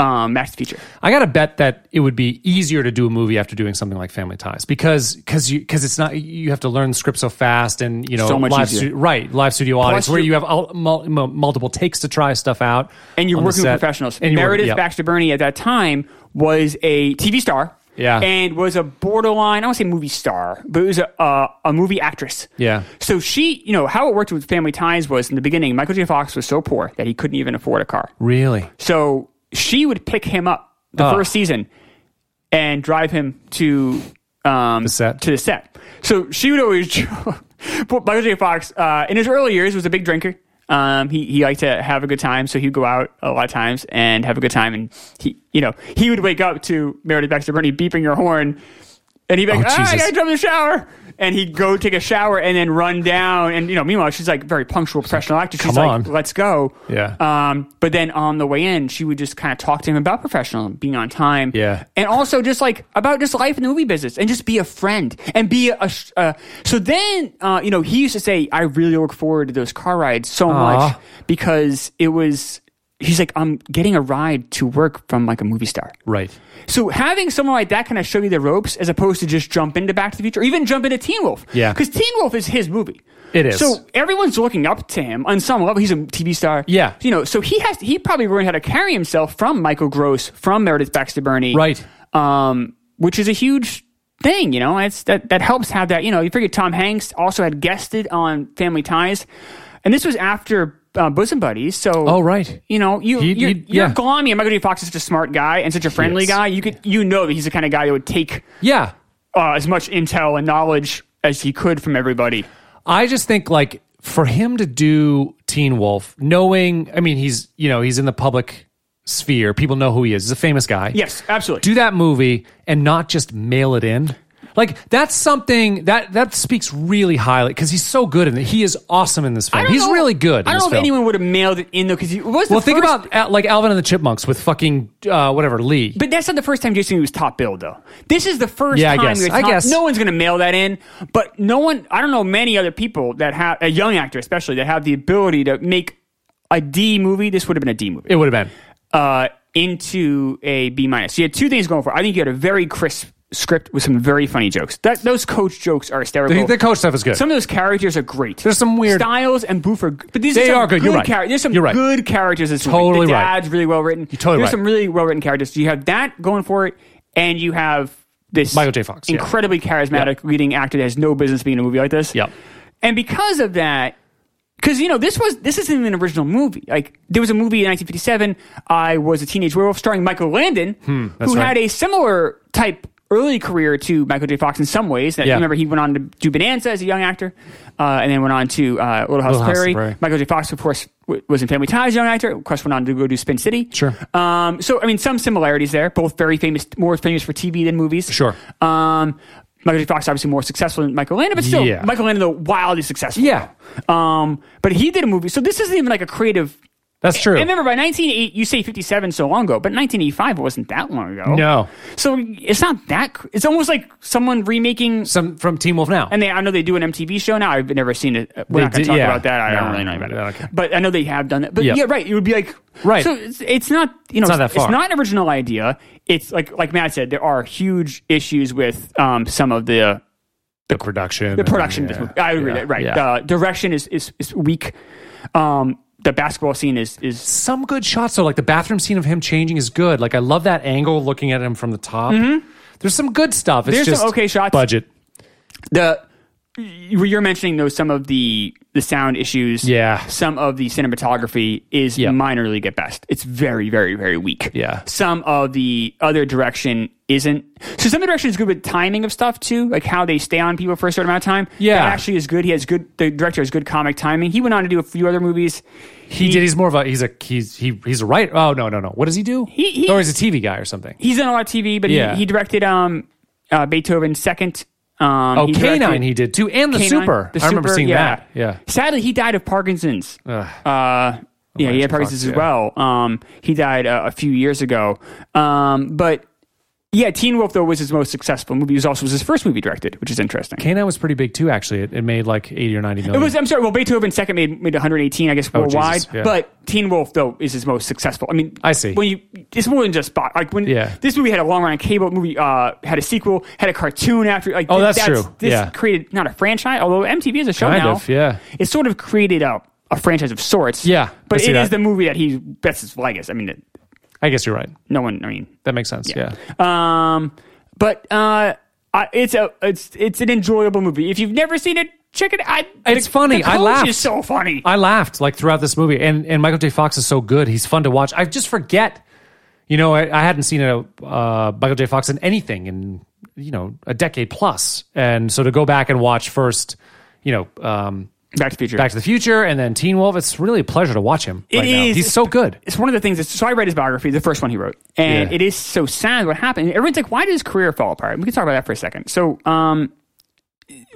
um, Max Feature. I gotta bet that it would be easier to do a movie after doing something like Family Ties because because you because it's not you have to learn the script so fast and you know So much live easier. stu- right live studio audience where you- you have all, mul- mu- multiple takes to try stuff out and you're on the working with set. professionals. And you're working- Meredith yeah. Baxter Burney at that time was a TV star. Yeah. And was a borderline, I don't want to say movie star, but it was a, a, a movie actress. Yeah. So she, you know, how it worked with Family Ties was in the beginning, Michael J. Fox was so poor that he couldn't even afford a car. Really? So she would pick him up the Oh. first season and drive him to um, the set. To the set. So she would always. <laughs> but Michael J. Fox, uh, in his early years, was a big drinker. Um, he he liked to have a good time, so he'd go out a lot of times and have a good time. And he, you know, he would wake up to Meredith Baxter Burney beeping her horn, and he'd be like, Oh, ah, "I Jesus. gotta jump in the shower." And he'd go take a shower and then run down. And you know, meanwhile, she's like very punctual professional actor. She's Come like, on. "Let's go." Yeah. Um, but then on the way in, she would just kind of talk to him about professionalism, being on time. Yeah. And also just like about just life in the movie business and just be a friend and be a. sh- Uh, so then, uh, you know, he used to say, I really look forward to those car rides so much Aw. because it was. He's like, I'm getting a ride to work from like a movie star. Right. So having someone like that kind of show you the ropes as opposed to just jump into Back to the Future or even jump into Teen Wolf. Yeah. Because Teen Wolf is his movie. It is. So everyone's looking up to him on some level. He's a TV star. Yeah. You know, so he has he probably learned how to carry himself from Michael Gross, from Meredith Baxter Burney. Right. Um, which is a huge thing, you know. It's that that helps have that, you know, you figure Tom Hanks also had guested on Family Ties. And this was after uh, Bosom Buddies, so Oh, right. you know, you He- you're, he- you're yeah. Galami and Michael J. Fox is such a smart guy and such a friendly is. guy. You could you know that he's the kind of guy that would take Yeah. uh, as much intel and knowledge as he could from everybody. I just think like for him to do Teen Wolf, knowing I mean he's you know he's in the public sphere, people know who he is. He's a famous guy. Yes, absolutely. Do that movie and not just mail it in. Like that's something that that speaks really highly because he's so good in it. He is awesome in this I film. don't He's know- really good. In I don't this know if film. anyone would have mailed it in though, because was the Well, think first- about uh, like Alvin and the Chipmunks with fucking uh, whatever Lee. But that's not the first time Jason Lee was top billed, though. This is the first Yeah, I time. guess. he was I top- guess. no one's going to mail that in. But no one, I don't know many other people that have a young actor, especially that have the ability to make a D movie. This would have been a D movie. it would have been. uh, into a B minus. So you had two things going for. it. I think you had a very crisp script with some very funny jokes. That those coach jokes are The, hysterical. the coach stuff is good. Oh. some of those characters are great. There's some weird- Styles and Booth are, but these They some are good. You're right. char- there's some You're right. good characters. This movie. Totally the right. dad's really well written. You're totally there's right. some really well written characters. So you have that going for it, and you have this Michael J. Fox, yeah. incredibly charismatic leading actor that has no business being in a movie like this. Yep. And because of that, because you know this was this isn't an original movie. Like there was a movie in 1957, I was a teenage werewolf, starring Michael Landon, Hmm, that's who had right. a similar type early career to Michael J. Fox in some ways. That Yeah. remember he went on to do Bonanza as a young actor, uh, and then went on to uh, Little Little House on House on Prairie. the Prairie. Michael J. Fox, of course, w- was in Family Ties, young actor. Of course, went on to go do Spin City. Sure. Um, so I mean, some similarities there. Both very famous, more famous for TV than movies. Sure. Um, Michael J. Fox obviously more successful than Michael Landon, but still, Yeah. Michael Landon though wildly successful. Yeah. Um, but he did a movie, so this isn't even like a creative. That's true. And remember, by 1980, you say 57 so long ago, but 1985 wasn't that long ago. No. So it's not that. cr- It's almost like someone remaking Some from Team Wolf now. and they, I know they do an MTV show now. I've never seen it. They We're not going did- to talk yeah. about that. I No, don't really know about it. yeah, okay. But I know they have done it. But Yep. yeah, right. It would be like Right. So it's, it's not you know It's not that far. an original idea. It's like like Matt said, there are huge issues with um, some of the the production. the production. of this Yeah. movie. I agree. Yeah. That, right. Yeah. The direction is is, is weak. Um, the basketball scene is is some good shots though. Like the bathroom scene of him changing is good. Like I love that angle looking at him from the top. There's some good stuff. It's Mm-hmm. There's some just okay shots. Budget. the you- you're mentioning though some of the the sound issues Yeah. some of the cinematography is Yeah. minor league at best it's very very very weak Yeah. some of the other direction isn't so some of the direction is good with timing of stuff too like how they stay on people for a certain amount of time Yeah. that actually is good he has good the director has good comic timing he went on to do a few other movies He, did. He's more of a. He's a. He's he. He's a writer. Oh no no no. What does he do? He- he- or he's a TV guy or something. he's done a lot of tv but Yeah. he, he directed um uh beethoven's second um Oh, he Canine directed- he did too, and the K9, Super. the I remember Super, seeing yeah. that. Yeah. Sadly, he died of Parkinson's. Ugh. Uh, yeah, he Imagine had Parkinson's Fox, as well. Um, he died uh, a few years ago. Um, but yeah, Teen Wolf though was his most successful movie. It was also was his first movie directed, which is interesting. Canine was pretty big too. Actually, it, it made like eighty or ninety million. It was. I'm sorry. Well, Beethoven second made made 118, I guess, Oh, Jesus, worldwide. yeah. But Teen Wolf though is his most successful. I mean, I see. When you, it's more than just box. Like when Yeah. this movie had a long run on cable. Movie uh, had a sequel, had a cartoon after. Like Oh, thi- that's true. This Yeah. created not a franchise, although MTV is a show Kind now. of, yeah. It sort of created a, a franchise of sorts. Yeah, I But see it is that. the movie that he that's his legacy. I mean, it- I guess you're right. no one. I mean, That makes sense. Yeah. um, but uh, I, it's a it's it's an enjoyable movie. If you've never seen it, check it. I It's the- funny. The I coach laughed. Is so funny. I laughed like throughout this movie, and and Michael J. Fox is so good. He's fun to watch. I just forget, you know, I, I hadn't seen a uh, Michael J. Fox in anything in you know a decade plus, and so to go back and watch first, you know, um, Back to the Future. Back to the Future and then Teen Wolf. It's really a pleasure to watch him. It right now. is. He's so good. it's one of the things that's so I read his biography, the first one he wrote, and Yeah. it is so sad what happened. Everyone's like, why did his career fall apart? We can talk about that for a second. So, um,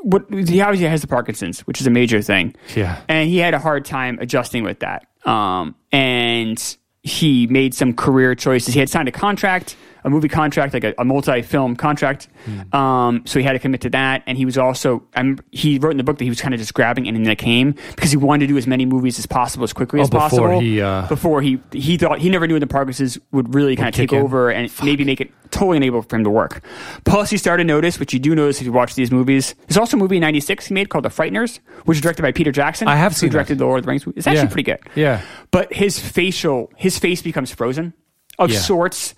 what he obviously has the Parkinson's, which is a major thing. Yeah. and he had a hard time adjusting with that. Um, and he made some career choices. He had signed a contract, a movie contract, like a, a multi-film contract. Hmm. Um, so he had to commit to that. And he was also, I'm, he wrote in the book that he was kind of just grabbing and then it came because he wanted to do as many movies as possible as quickly Oh, as before possible he, uh, before he he thought he never knew the Parkinson's would really kind of kick take in. over and maybe make it totally unable for him to work. Plus, he started to notice, which you do notice if you watch these movies. There's also a movie in '96 he made called The Frighteners, which is directed by Peter Jackson. I have who seen that. directed the Lord of the Rings. movie. It's actually Yeah. pretty good. Yeah. but his facial, his face becomes frozen of Yeah. sorts.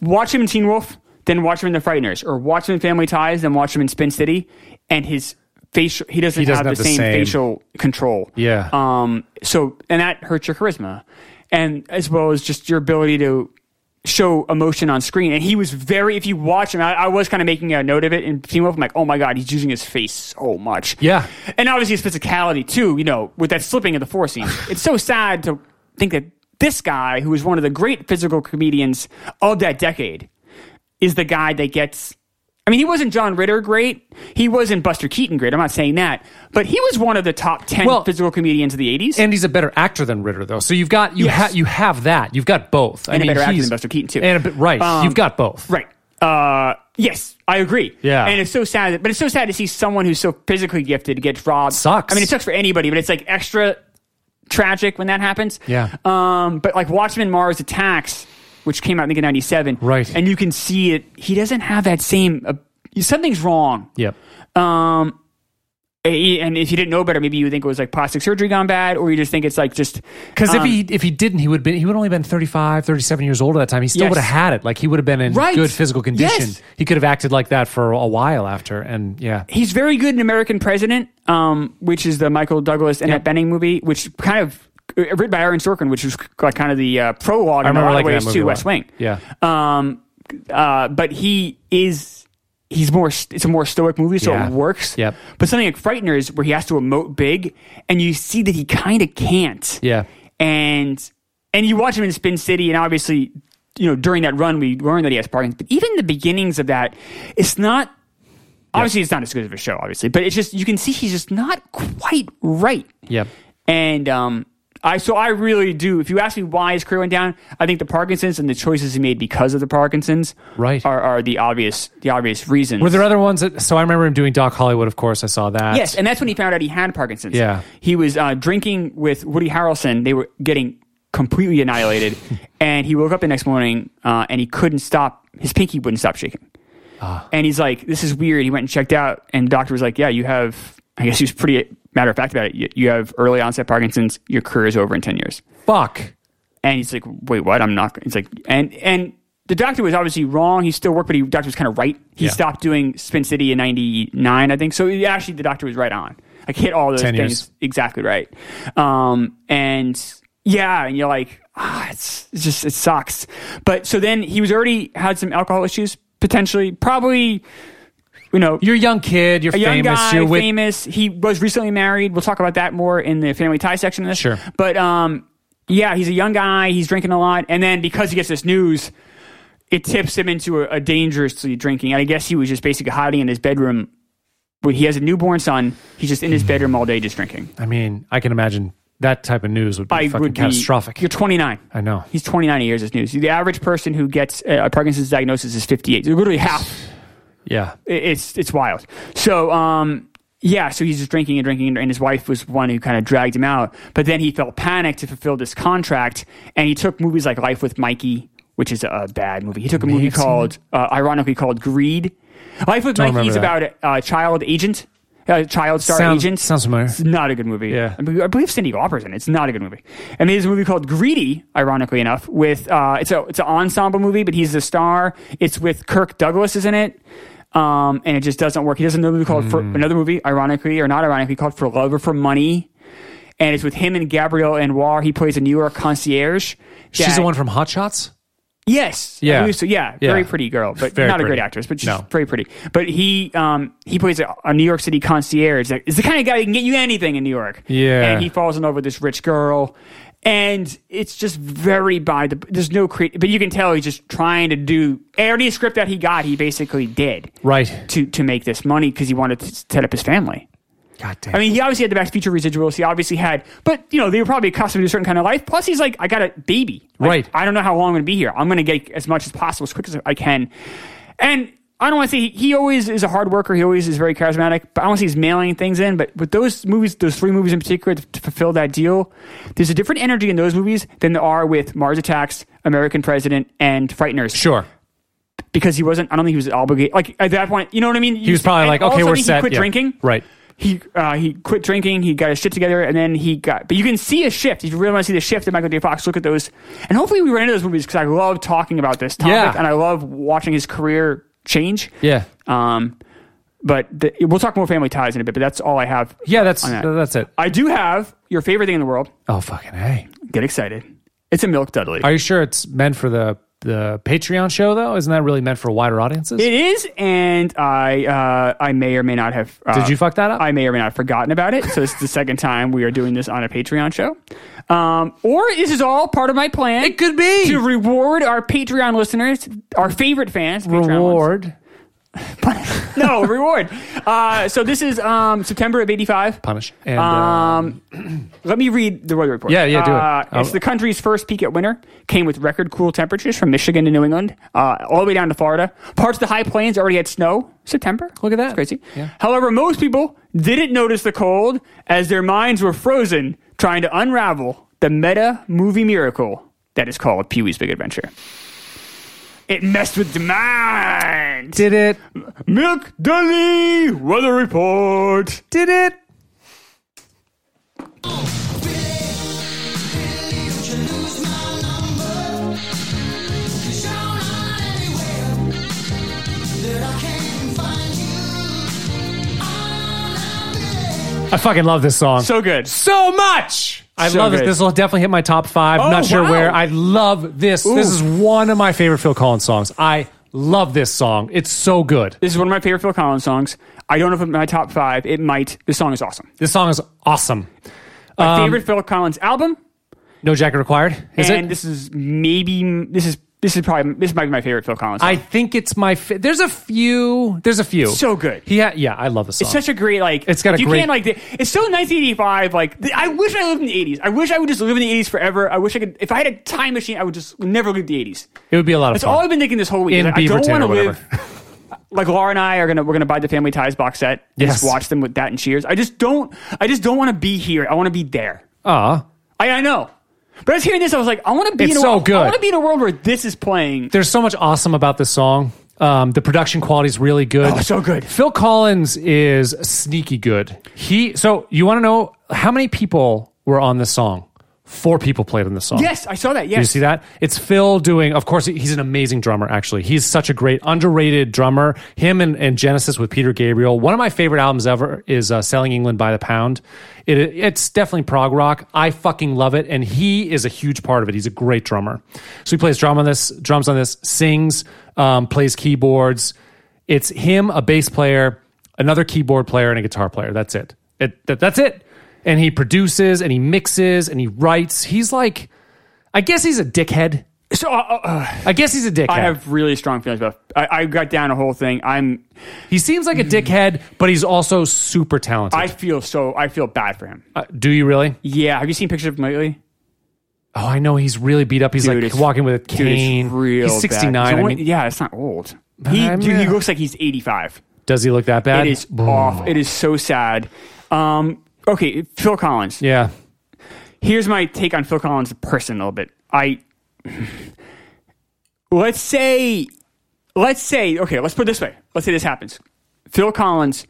Watch him in Teen Wolf, then watch him in The Frighteners, or watch him in Family Ties, then watch him in Spin City, and his. Facial, he doesn't, He doesn't have the the same, same- facial control. Yeah. Um, so, and that hurts your charisma, and as well as just your ability to show emotion on screen. And he was very, if you watch him, I, I was kind of making a note of it in Team Wolf. I'm like, oh my God, he's using his face so much. Yeah. And obviously his physicality too, you know, with that slipping of the four scene. it's so sad to think that this guy, who is one of the great physical comedians of that decade, is the guy that gets. I mean, he wasn't John Ritter great. He wasn't Buster Keaton great. I'm not saying that, but he was one of the top ten Well, physical comedians of the '80s. And he's a better actor than Ritter, though. So you've got you Yes. have you have that. You've got both. I And a mean, better actor he's- than Buster Keaton, too. And a bit, right, Um, you've got both. Right. Uh, yes, I agree. Yeah. And it's so sad, that, but it's so sad to see someone who's so physically gifted get robbed. Sucks. I mean, it sucks for anybody, but it's like extra tragic when that happens. Yeah. Um, but like Watchmen Mars Attacks, which came out I think in '97. Right. And you can see it. He doesn't have that same. Uh, something's wrong. Yep. Um, eh, and if you didn't know better, maybe you would think it was like plastic surgery gone bad, or you just think it's like just Because if he Um, if he didn't, he would have been he would only been 35, 37 years old at that time. He still Yes. would have had it. Like he would have been in Right. good physical condition. Yes. He could have acted like that for a while after. And yeah, he's very good in American President, um, which is the Michael Douglas and that Benning movie, which kind of uh, written by Aaron Sorkin, which was like kind of the uh, prologue I in a remember lot of liking that ways movie. to a lot. West Wing. Yeah, Um, uh, but he is he's more it's a more stoic movie, so Yeah. it works. Yep. But something like Frighteners, where he has to emote big, and you see that he kind of can't. yeah. And and you watch him in Spin City, and obviously, you know, during that run, we learn that he has Parkinson's. But even the beginnings of that, it's not. Obviously, it's not as good of a show, obviously, but it's just you can see he's just not quite right. Yep. And um, I so I really do. If you ask me why his career went down, I think the Parkinson's and the choices he made because of the Parkinson's Right. are, are the obvious the obvious reasons. Were there other ones that? So I remember him doing Doc Hollywood. Of course, I saw that. yes, and that's when he found out he had Parkinson's. Yeah. he was uh, drinking with Woody Harrelson. They were getting completely <laughs> annihilated, and he woke up the next morning uh, and he couldn't stop. His pinky wouldn't stop shaking. Ah. And he's like, "This is weird." He went and checked out, and the doctor was like, "Yeah, you have." I guess he was pretty matter of fact about it. You, you have early onset Parkinson's. Your career is over in ten years. Fuck. And he's like, "Wait, what? I'm not." He's like, and and the doctor was obviously wrong. He still worked, but he the doctor was kind of right. He Yeah. stopped doing Spin City in '99, I think. So he- actually, the doctor was right on. Like hit all those 10 things years. exactly right. Um, and yeah, and you're like, ah, it's, it's just it sucks. But so then he was already had some alcohol issues potentially, probably. You know, You're a young kid. You're a young famous. guy, you're with. famous. He was recently married. We'll talk about that more in the family tie section of this. Sure. But um, yeah, he's a young guy. He's drinking a lot, and then because he gets this news, it tips him into a, a dangerously drinking. And I guess he was just basically hiding in his bedroom. When he has a newborn son, he's just in his bedroom all day, just drinking. I mean, I can imagine that type of news would be I fucking would be- catastrophic. You're 29. I know. He's 29 years. This news. The average person who gets uh, a Parkinson's diagnosis is 58. So literally half. Yeah. it- it's it's wild. So um yeah, so he's just drinking and drinking, and his wife was one who kind of dragged him out. But then he felt panicked to fulfill this contract, and he took movies like Life with Mikey, which is a bad movie. He took a movie have seen called, uh, ironically called Greed. Life with Don't Mikey is about remember a, a child agent, a child star Sounds agent. sounds familiar. It's not a good movie. Yeah. I believe, I believe Cindy Lauper's in it. It's not a good movie. And there's a movie called Greedy, ironically enough, with uh, it's a it's an ensemble movie, but he's the star. It's with Kirk Douglas is in it. Um, and it just doesn't work. He does another movie called for, Hmm. another movie, ironically or not ironically, called For Love or For Money. And it's with him and Gabrielle Anwar. He plays a New York concierge. She's that- the one from Hot Shots. Yes. I Yeah. believe so. yeah. Yeah. Very pretty girl, but Very not a pretty. great actress, but she's No. very pretty. But he um, he plays a, a New York City concierge. That is the kind of guy who can get you anything in New York. Yeah. And he falls in love with this rich girl. And it's just very by the. There's no create, but you can tell he's just trying to do any script that he got. He basically did Right. to to make this money because he wanted to set up his family. God damn. I mean, he obviously had the Back to the Future residuals. He obviously had, but you know, they were probably accustomed to a certain kind of life. Plus, he's like, I got a baby. Like, Right. I don't know how long I'm going to be here. I'm going to get as much as possible, as quick as I can. And I don't want to say he, he always is a hard worker. He always is very charismatic. But I want to say he's mailing things in. But with those movies, those three movies in particular, to, to fulfill that deal, there's a different energy in those movies than there are with Mars Attacks, American President, and Frighteners. sure. Because he wasn't. I don't think he was obligated. Like at that point, you know what I mean? He was probably like, okay, we're he set. Quit Yeah. drinking Right. he uh, he quit drinking. He got his shit together, and then he got. But you can see a shift if you really want to see the shift in Michael J. Fox. Look at those, and hopefully we ran into those movies because I love talking about this topic, Yeah. and I love watching his career change. Yeah. Um, but the, we'll talk more family ties in a bit. But that's all I have. Yeah. That's on that. that's it. I do have your favorite thing in the world. Oh fucking hey. Get excited! It's a milk Dudley. Are you sure it's meant for the the Patreon show though? Isn't that really meant for wider audiences? it is, and I uh, I may or may not have. Uh, Did you fuck that up? I may or may not have forgotten about it. So this is the second time we are doing this on a Patreon show. Um, or this is all part of my plan. It could be. to reward our Patreon listeners, our favorite fans. Patreon ones. reward no reward. Uh, so this is um, September of '85. punish and uh, Um, <clears throat> let me read the weather report. Yeah, yeah, do it. Uh, it's I'll- the country's first peak at winter. Came with record cool temperatures from Michigan to New England, uh, all the way down to Florida. Parts of the high plains already had snow. September. Look at that. It's crazy. Yeah. However, most people didn't notice the cold as their minds were frozen trying to unravel the meta movie miracle that is called Pee Wee's Big Adventure. It messed with demand. Did it? Milk Daily Weather Report. Did it? I fucking love this song So good. so much. I So love this. good. This will definitely hit my top five. Oh, Not sure wow. where. I love this. This is one of my favorite Phil Collins songs. I love this song. It's so good. This is one of my favorite Phil Collins songs. I don't know if it's my top five. It might. This song is awesome. This song is awesome. My Um, favorite Phil Collins album. No jacket required. Is and it? this is maybe this is this is probably this might be my favorite Phil Collins. Song. I think it's my. Fa- there's a few. There's a few. So good. Yeah, yeah. I love this song. It's such a great like. It's got a if you great- Can't, like the- it's so 1985. Like the, I wish I lived in the 80s. I wish I would just live in the 80s forever. I wish I could. If I had a time machine, I would just never leave the 80s. it would be a lot of That's fun. all I've been thinking this whole week. In Like, I don't Beaverton want to or whatever. live. Like Laura and I are gonna we're gonna buy the Family Ties box set. And Yes. Just watch them with that and Cheers. I just don't. I just don't want to be here. I want to be there. Aw. I, I know. But I was hearing this, I was like, I want to be It's in a so world, good. I want to be in a world where this is playing. there's so much awesome about this song. Um, the production quality is really good. Oh, so good. Phil Collins is sneaky good. He so you want to know how many people were on this song? Four people played on this song. Yes, I saw that. Yes. Did you see that? It's Phil doing, of course, he's an amazing drummer, actually. He's such a great, underrated drummer. Him and, and Genesis with Peter Gabriel. One of my favorite albums ever is uh, Selling England by the Pound. It, it's definitely prog rock. I fucking love it. And he is a huge part of it. He's a great drummer. So he plays drum on this, drums on this, sings, um, plays keyboards. It's him, a bass player, another keyboard player, and a guitar player. That's it. it that, that's it. And he produces and he mixes and he writes. He's like, I guess he's a dickhead. So uh, uh, uh, I guess he's a dickhead. I have really strong feelings about. I, I got down a whole thing. I'm. he seems like a dickhead, but he's also super talented. I feel so. I feel bad for him. Uh, do you really? Yeah. Have you seen pictures of him lately? Oh, I know he's really beat up. He's Dude, like it's- walking with a Dude, it's cane. real. he's sixty bad. He's nine. I only- mean, yeah, it's not old. He, I'm- dude, he looks like he's 85. does he look that bad? It is off. It is so sad. Um. Okay, Phil Collins. Yeah. here's my take on Phil Collins the person a little bit. I <sighs> let's say let's say okay, let's put it this way. Let's say this happens. Phil Collins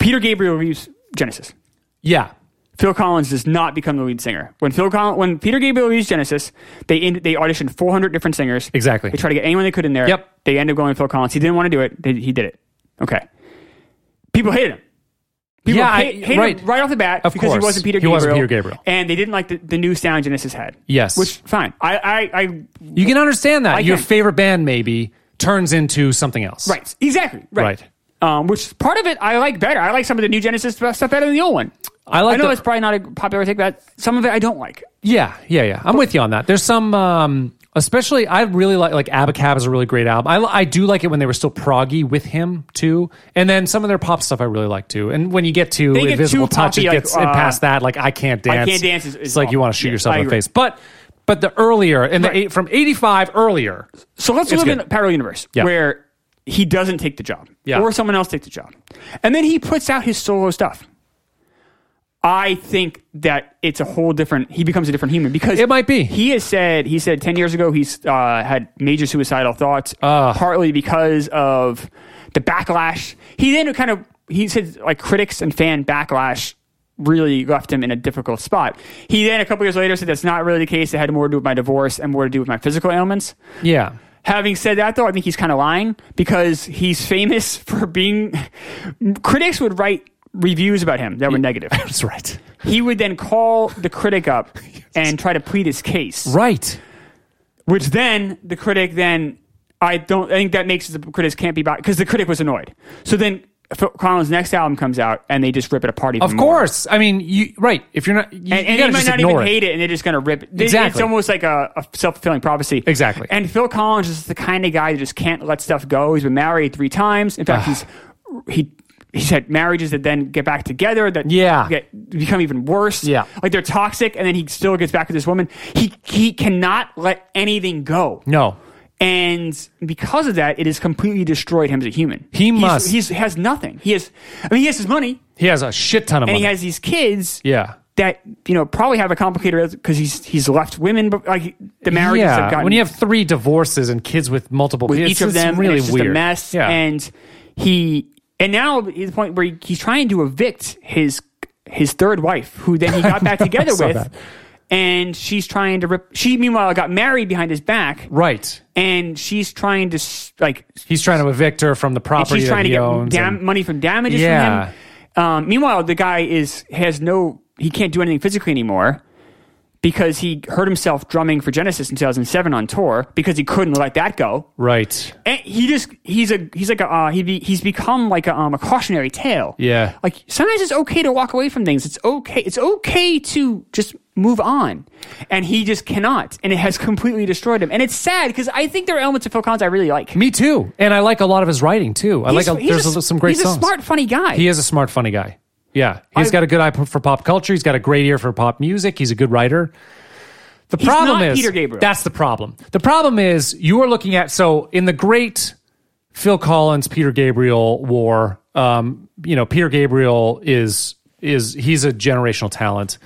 Peter Gabriel leaves Genesis. Yeah. Phil Collins does not become the lead singer. When Phil Collins, when Peter Gabriel leaves Genesis, they in, they auditioned 400 different singers. Exactly. They tried to get anyone they could in there. Yep. They ended up going with Phil Collins. He didn't want to do it. They, he did it. Okay. People hated him. People Yeah, I- hate- hated right. him right off the bat Of because course. he wasn't Peter He Gabriel. wasn't Peter Gabriel. And they didn't like the, the new sound Genesis had. Yes. Which fine. I I, I You can understand that. I Your can. favorite band maybe turns into something else. right exactly right. Right. Um, which part of it I like better. I like some of the new Genesis stuff better than the old one. I like I know the- it's probably not a popular take, but some of it I don't like. Yeah, yeah, yeah. I'm with you on that. There's some, um, especially I really like like Abacab is a really great album. I, li- I do like it when they were still proggy with him too, and then some of their pop stuff I really like too. And when you get to They get Invisible too Touch, poppy, it like, gets and uh, past that, like I can't dance. Can't Dance is- is it's like you awful. want to shoot Yeah, yourself I in the agree. face, but but the earlier and the Right. eight, from 85 earlier. So let's It's live in good. a parallel universe Yeah. where he doesn't take the job Yeah. or someone else takes the job. And then he puts out his solo stuff. I think that it's a whole different, he becomes a different human because It might be. He has said, he said 10 years ago he's uh, had major suicidal thoughts, Ah. partly because of the backlash. He then kind of, he said like critics and fan backlash really left him in a difficult spot. He then a couple years later said that's not really the case. It had more to do with my divorce and more to do with my physical ailments. <laughs> Yeah, Having said that, though, I think he's kind of lying because he's famous <laughs> for being. Critics would write reviews about him that were negative. that's right. He would then call the critic up and try to plead his case, Right. which then the critic then I don't I think that makes the critics can't be because the critic was annoyed. So then Phil Collins' next album comes out and they just rip it apart. Even Of more. course. I mean, you right. If you're not, you, and, and you they gotta might just not ignore even it. hate it, and they're just going to rip. It. They- Exactly. it's almost like a, a self fulfilling prophecy. Exactly. And Phil Collins is the kind of guy that just can't let stuff go. He's been married three times. In fact, he's he he's had marriages that then get back together that Yeah. get, become even worse. Yeah. like they're toxic, and then he still gets back with this woman. He he cannot let anything go. No. And because of that, it has completely destroyed him as a human. He He's- must. He's, has nothing. He has. I mean, he has his money, He has a shit ton of and money. he has these kids yeah. that you know probably have a complicated because he's he's left women, but like the marriages have gotten when you have three divorces and kids with multiple with kids, each of it's them. really and it's just weird. a mess. Yeah. And he and now he's the point where he, he's trying to evict his his third wife, who then he got <laughs> back together saw with, that. and she's trying to rip. She meanwhile got married behind his back, right. and she's trying to s- like He's trying to evict her from the property she's that trying to he get owns. dam- and- money from damages Yeah. from him. Um, meanwhile, the guy is has no he can't do anything physically anymore because he hurt himself drumming for Genesis in 2007 on tour because he couldn't let that go. right. And he just he's a he's like a uh, he be, he's become like a, um, a cautionary tale. Yeah. Like sometimes it's okay to walk away from things. It's okay. It's okay to just move on. And he just cannot. And it has completely destroyed him. And it's sad because I think there are elements of Phil Collins I really like. Me too. And I like a lot of his writing too. I He's- like a, he's there's a- a- some great He's songs. a smart, funny guy. He is a smart, funny guy. Yeah, he's I- got a good eye p- for pop culture. He's got a great ear for pop music. He's a good writer. The He's problem not is Peter Gabriel. That's the problem. The problem is you are looking at so in the great Phil Collins Peter Gabriel war. Um, you know, Peter Gabriel is is he's a generational talent.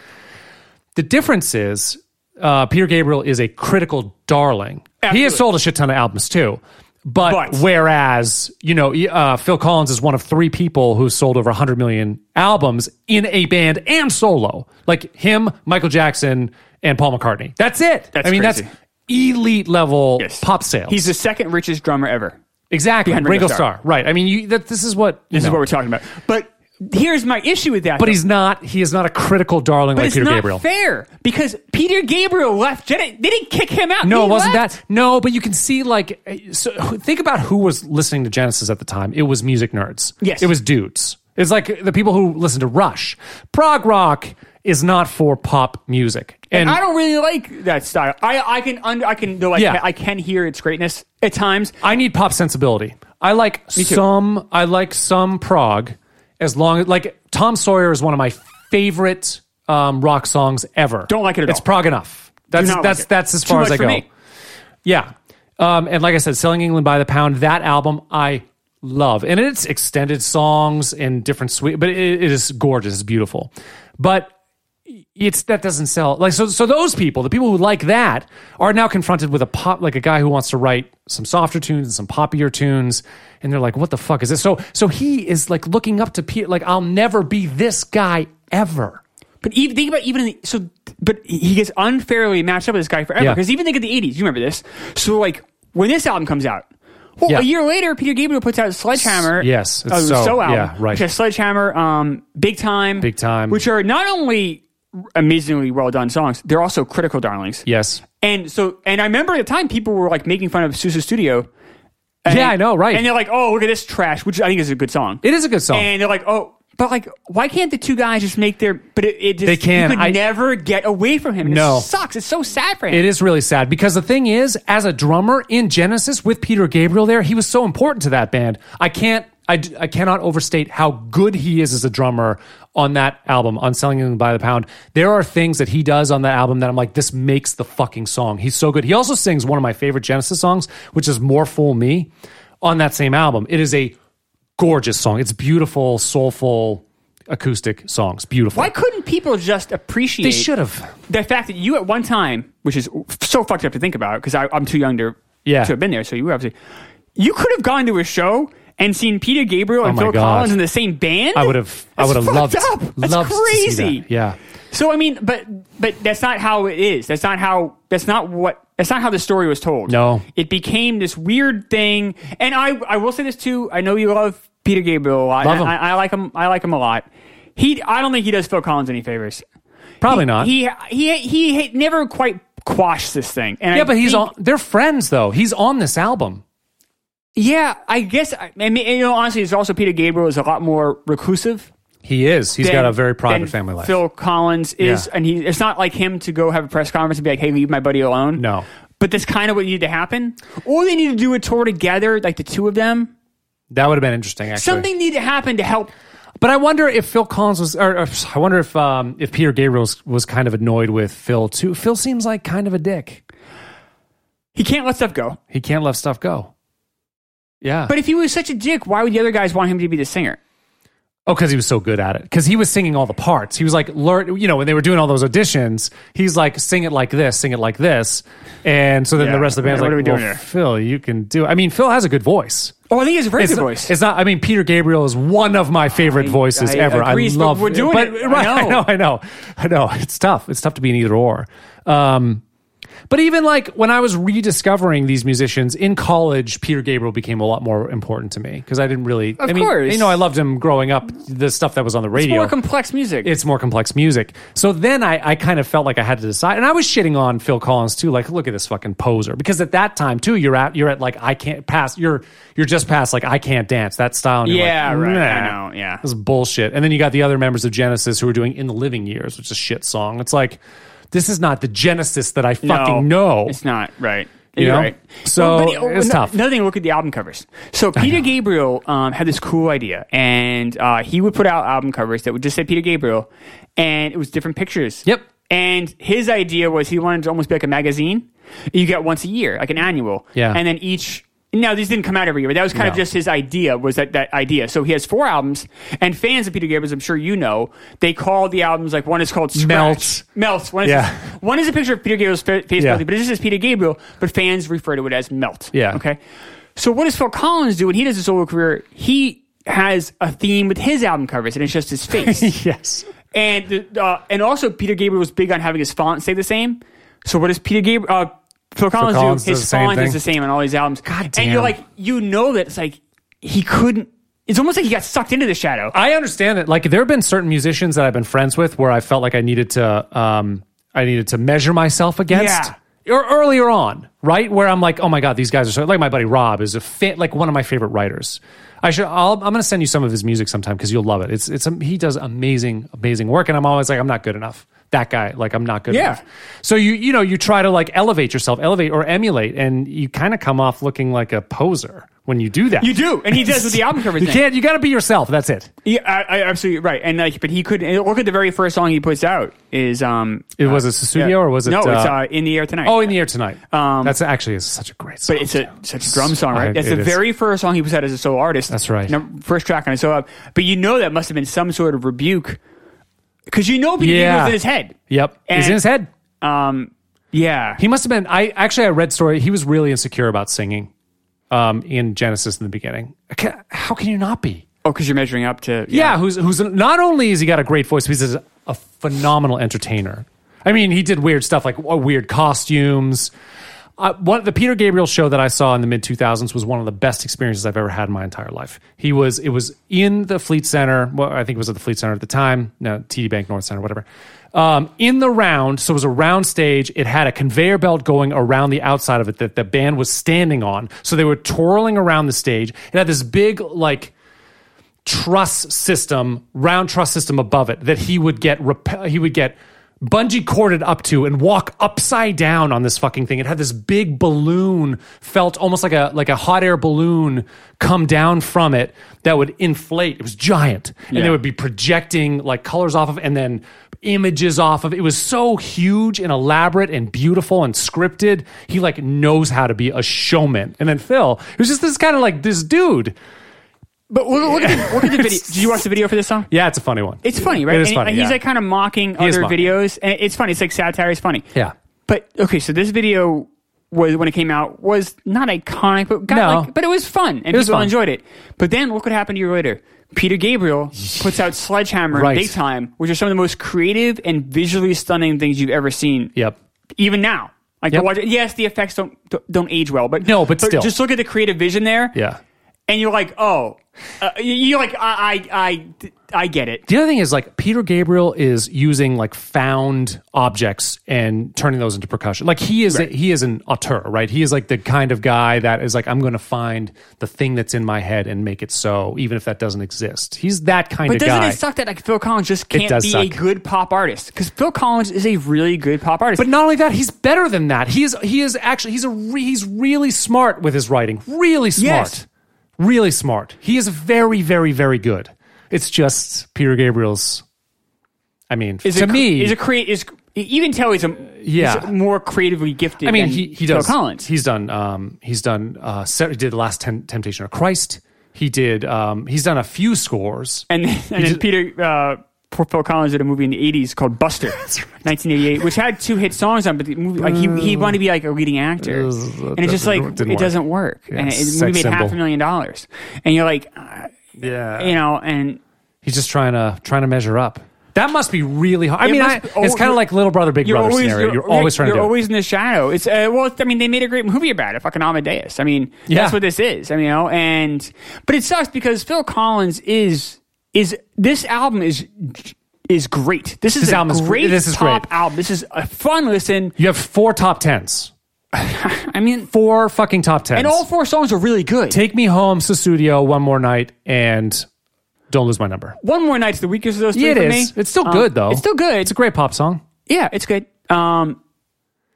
The difference is uh, Peter Gabriel is a critical darling. He has Absolutely. sold a shit ton of albums too. But, But- whereas, you know, uh, Phil Collins is one of three people who sold over 100 million albums in a band and solo, like him, Michael Jackson, and Paul McCartney. That's it. That's I mean, crazy. that's elite level Yes. pop sales. He's the second richest drummer ever. exactly behind Ringo, Ringo Starr. Starr. Right. I mean, you, that, this is what you This is know. what we're talking about. But here's my issue with that. But he's not. He is not a critical darling but like it's Peter not Gabriel. fair because Peter Gabriel left. Jen- They didn't kick him out. No, He it wasn't left. that. No, but you can see like eh, so who- think about who was listening to Genesis at the time. It was music nerds. Yes. It was dudes. It's like the people who listen to Rush. Prog rock is not for pop music. And, I don't really like that style. I, I can under I can though I, Yeah. can, I can hear its greatness at times. I need pop sensibility. I like too. some. I like some prog, as long as like Tom Sawyer is one of my favorite um, rock songs ever. Don't like it at it's all. prog enough. That's not like that's it. that's as Too far as much I for go. me. Yeah, um, and like I said, "Selling England by the Pound." That album I love, and it's extended songs and different sweet, but it, it is gorgeous. It's beautiful, but it's that doesn't sell like so so those people the people who like that are now confronted with a pop like a guy who wants to write some softer tunes and some poppier tunes and they're like what the fuck is this so so he is like looking up to Peter like I'll never be this guy ever But even think about even so. But he gets unfairly matched up with this guy forever Yeah. because even think of the '80s. You remember this? So like when this album comes out, well, Yeah. a year later, Peter Gabriel puts out Sledgehammer. S- yes, it's uh, So, so album. yeah, right. Which has Sledgehammer, um, Big Time, Big Time. which are not only amazingly well done songs, they're also critical darlings. yes And so, and I remember at the time people were like making fun of Sousa Studio. And- Yeah, I know, right. And they're like, "Oh, look at this trash," which I think is a good song. it is a good song And they're like, "Oh." But like, why can't the two guys just make their? But it, it just, They can. You could I- never get away from him. No. it sucks. It's so sad for him. It is really sad because the thing is, as a drummer in Genesis with Peter Gabriel there, he was so important to that band. I can't, I, d- I cannot overstate how good he is as a drummer on that album, on Selling Him by the Pound. There are things that he does on that album that I'm like, this makes the fucking song. He's so good. He also sings one of my favorite Genesis songs, which is More Fool Me, on that same album. It is a gorgeous song. It's beautiful, soulful, acoustic songs. Beautiful. Why couldn't people just appreciate? They should have. the fact that you at one time, which is so fucked up to think about, because I'm too young to Yeah. to have been there. So you were obviously, you could have gone to a show and seen Peter Gabriel and Oh my Phil God. Collins in the same band. I would have. I That's would have fucked loved. Up. That's loved to see that. crazy. Yeah. So I mean, but but that's not how it is. That's not how. That's not what. That's not how the story was told. No. it became this weird thing. And I I will say this too. I know you love Peter Gabriel a lot. Love and him. I, I like him. I like him a lot. He. I don't think he does Phil Collins any favors. Probably He- not. He he he had never quite quashed this thing. And yeah, I but he's think- on. They're friends though. He's on this album. Yeah, I guess. I I mean, you know, honestly, it's also Peter Gabriel is a lot more reclusive. He is. He's He's got a very private family life. Phil Collins is, Yeah. and he. It's not like him to go have a press conference and be like, "Hey, leave my buddy alone." No. But that's kind of what needed to happen, or they need to do a tour together, like the two of them. that would have been interesting. Actually, Something needed to happen to help. But I wonder if Phil Collins was, or, or I wonder if um, if Peter Gabriel was, was kind of annoyed with Phil too. Phil seems like kind of a dick. He can't let stuff go. He can't let stuff go. Yeah. But if he was such a dick, why would the other guys want him to be the singer? Oh, because he was so good at it. Because he was singing all the parts. He was like, learn, you know, when they were doing all those auditions, he's like, sing it like this, sing it like this. And so then Yeah. the rest of the band's What like, are we doing well, here? Phil, you can do it. I mean, Phil has a good voice. Oh, I think he has a very It's good not, voice. it's not. I mean, Peter Gabriel is one of my favorite voices I ever. agree, I but love. we're doing but, <laughs> it. I Right, I know. know. I know. I know. It's tough. It's tough to be an either or. Um, but even like when I was rediscovering these musicians in college, Peter Gabriel became a lot more important to me because I didn't really. Of I mean, course. you know, I loved him growing up. The stuff that was on the radio. More complex music. it's more complex music. So then I, I kind of felt like I had to decide, and I was shitting on Phil Collins too. Like, look at this fucking poser. Because at that time too, you're at you're at like I can't pass. You're you're just past like I can't dance that style. And you're Yeah, like, right. I nah, know, yeah. this is bullshit. And then you got the other members of Genesis who are doing "In the Living Years," which is a shit song. It's like this is not the Genesis that I fucking know. It's not right. You You're know? right. So, Well, but- it's ano- tough. Another thing, look at the album covers. So Peter Gabriel um, had this cool idea, and uh, he would put out album covers that would just say Peter Gabriel, and it was different pictures. Yep. And his idea was he wanted to almost be like a magazine. You get once a year, like an annual. Yeah. And then each. No, these didn't come out every year, but that was kind of No. just his idea. Was that that idea? So he has four albums, and fans of Peter Gabriel, as I'm sure you know, they call the albums like one is called Scratch. Melt. Melt. One is Yeah. one is a picture of Peter Gabriel's fa- face Yeah. melting, but it just says Peter Gabriel, but fans refer to it as Melt. Yeah. Okay. So what does Phil Collins do when he does his solo career? He has a theme with his album covers, and it's just his <laughs> face. <laughs> yes. and the- uh, and also Peter Gabriel was big on having his font stay the same. So what does Peter Gabriel? Uh, Phil Collins, Collins do? does the His same font is thing. the same on all these albums. God And damn. you're like, you know that it's like he couldn't. It's almost like he got sucked into the shadow. I understand it. Like there have been certain musicians that I've been friends with where I felt like I needed to um I needed to measure myself against. Or earlier on, right? Where I'm like, oh my god, these guys are so like my buddy Rob is a fit like one of my favorite writers. I should I'll, I'm going to send you some of his music sometime because you'll love it. It's it's um, he does amazing amazing work, and I'm always like I'm not good enough. That guy, like I'm not good Yeah. enough. So you you know you try to like elevate yourself, elevate or emulate, and you kind of come off looking like a poser when you do that. You do, and he does with the album <laughs> cover You thing. can't. You got to be yourself. That's it. Yeah, I, I absolutely right. And like, but he could and look at the very first song he puts out is um. It was it Susudio yeah. or was it? no? it's uh, uh, in the air tonight. oh, in the air tonight. Um, That's actually is such a great song. but it's too. a such a drum song, right? I- That's it the is. very first song he put out as a solo artist. That's right. Num- first track on his solo. album. But you know that must have been some sort of rebuke, because you know Peter Yeah. Gabriel's in his head. Yep, And- he's in his head. Um. Yeah. He must have been. I actually I read story. He was really insecure about singing, um, in Genesis in the beginning. I can't- How can you not be? oh, because you're measuring up to. Yeah, who's who's not only has he got a great voice, but he's a phenomenal entertainer. I mean, he did weird stuff like w- weird costumes. Uh, one, the Peter Gabriel show that I saw in the mid 2000s was one of the best experiences I've ever had in my entire life. He was it was in the Fleet Center. Well, I think it was at the Fleet Center at the time. No, TD Bank North Center, whatever. Um, in the round, so it was a round stage. It had a conveyor belt going around the outside of it that the band was standing on. So they were twirling around the stage. It had this big like truss system, round truss system above it that he would get repel, he would get bungee corded up to and walk upside down on this fucking thing. It had this big balloon, felt almost like a like a hot air balloon come down from it that would inflate. It was giant. And Yeah. they would be projecting like colors off of and then images off of. It was so huge and elaborate and beautiful and scripted. He like knows how to be a showman. And then Phil, it was just this kind of like this dude. But look, look, at the, look <laughs> at the video. Did you watch the video for this song? Yeah, it's a funny one. It's funny, right? It is And- funny, and he's yeah. like kind of mocking is other mocking. videos, and it's funny. It's like satire. It's funny. Yeah. But okay, so this video was when it came out was not iconic, but got No. like, but it was fun and was people fun. enjoyed it. But then look what happened a year later. Peter Gabriel puts out Sledgehammer and Right. Big Time, which are some of the most creative and visually stunning things you've ever seen. Yep. Even now. Like Yep. watch, yes, the effects don't don't age well, but No, but still. just look at the creative vision there. Yeah. and you're like, oh, uh, you're like, I, I, I, I get it. The other thing is like Peter Gabriel is using like found objects and turning those into percussion. Like he is a, he is an auteur, right? He is like the kind of guy that is like I'm going to find the thing that's in my head and make it so, even if that doesn't exist. He's that kind But of doesn't guy. it suck that like Phil Collins just can't does be a suck. good pop artist? Because Phil Collins is a really good pop artist. But not only that, he's better than that. He is he is actually he's a re, he's really smart with his writing. Really smart. Yes. Really smart. He is very very very good. It's just Peter Gabriel's I mean, is to a, cre- me, is a create is you can tell he's a Yeah. he's more creatively gifted. I mean, than he, he Phil does. Collins. He's done. Um, he's done. Uh, Sarah, did the last Tem- Temptation of Christ. He did. Um, he's done a few scores. And then, and then Peter uh, poor Phil Collins did a movie in the '80s <laughs> called Buster, 1988, which had two hit songs on, it, but the movie, like he, Uh, he wanted to be like a leading actor, Ugh, that and it's just like doesn't- it didn't work. doesn't work. Yeah, and it, sex the movie made half symbol. a million dollars, and you're like, uh, Yeah. you know, and He's just trying to trying to measure up. That must be really hard. I It mean, must I, be- oh, it's kind of you're- like little brother, big brother scenario. You're, always trying you're to do. always in the shadow. It's uh, well, I mean, they made a great movie about it, fucking Amadeus. I mean, Yeah. that's what this is. I mean, you know, and but it sucks because Phil Collins is is this album is is great. This is This a album is gr- great. this is pop great. album. This is a fun listen. it. You have four top tens, I mean, four fucking top tens, and all four songs are really good. Take me home, to studio, one more night, and don't lose my number. One more night's the weakest of those three It for is. me. It's still Um, good though. It's still good. It's a great pop song. yeah, it's good. Um,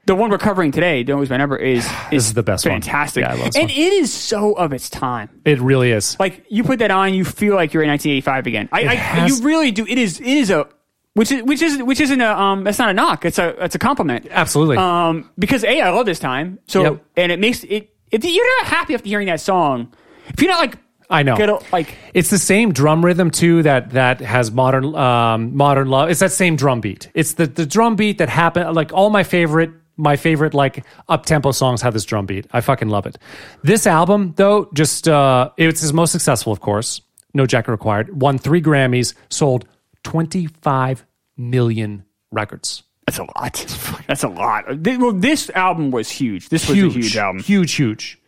the one we're covering today, "Don't Lose My <sighs> Number," is is, is the best one. fantastic. Yeah, I love this and one. it is so of its time. It really is. like you put that on, you feel like you're in 1985 again. I, I has- you really do. It is it is a which is which is which isn't a um that's not a knock. It's a it's a compliment. Absolutely. Um, because a I love this time. So Yep. and it makes it if you're not happy after hearing that song, if you're not like I know. good, like It's the same drum rhythm too that that has modern um, modern love. It's that same drum beat. It's the the drum beat that happened. Like all my favorite my favorite like up tempo songs have this drum beat. I fucking love it. This album though, just uh, it's his most successful, of course. No jacket required. Won three Grammys. Sold twenty five million records. that's a lot. That's a lot. Th- Well, this album was huge. This was a huge album. Huge, huge.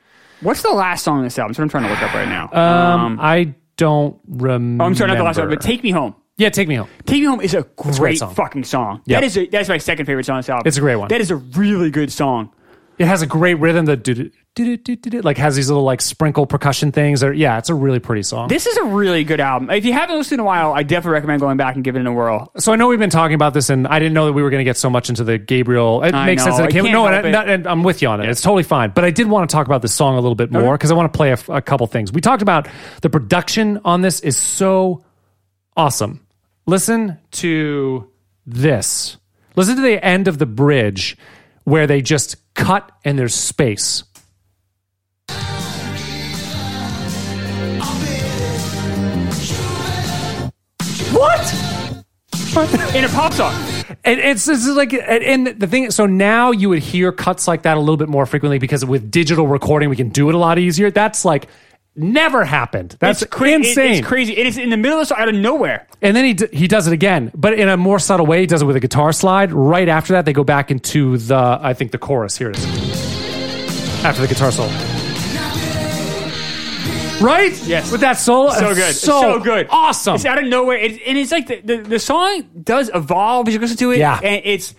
What's the last song on this album? So I'm trying to look up right now. Um, I don't remember. oh, I'm sorry, not the last one, but "Take Me Home." yeah, take me home. Take Me Home is a great, song. fucking song. Yep. That is a, that's my second favorite song on this album. It's a great one. That is a really good song. It has a great rhythm that do do do do like has these little like sprinkle percussion things. Or yeah, it's a really pretty song. This is a really good album. If you haven't listened in a while, I definitely recommend going back and giving it a whirl. so I know we've been talking about this, and I didn't know that we were going to get so much into the Gabriel. It I makes sense know, that it I came. can't No, and, help I- it. not- and I'm with you on it. It's totally fine. But I did want to talk about this song a little bit more because I want to play a, f- a couple things. We talked about the production on this is so awesome. Listen to this. Listen to the end of the bridge where they just cut and there's space. What? In a pop song. And it's this is like, and and the thing, so now you would hear cuts like that a little bit more frequently because with digital recording, we can do it a lot easier. That's like never happened. That's It's cra- it- insane. it's crazy. It is in the middle of the song, out of nowhere. and then he d- he does it again, but in a more subtle way. He does it with a guitar slide. Right after that, they go back into the I think the chorus. Here it is. After the guitar solo. Right? Yes. With that solo, So it's good. It's so, so good. awesome. It's out of nowhere. It, and it's like the, the, the song does evolve as you listen to it. Yeah. And it's.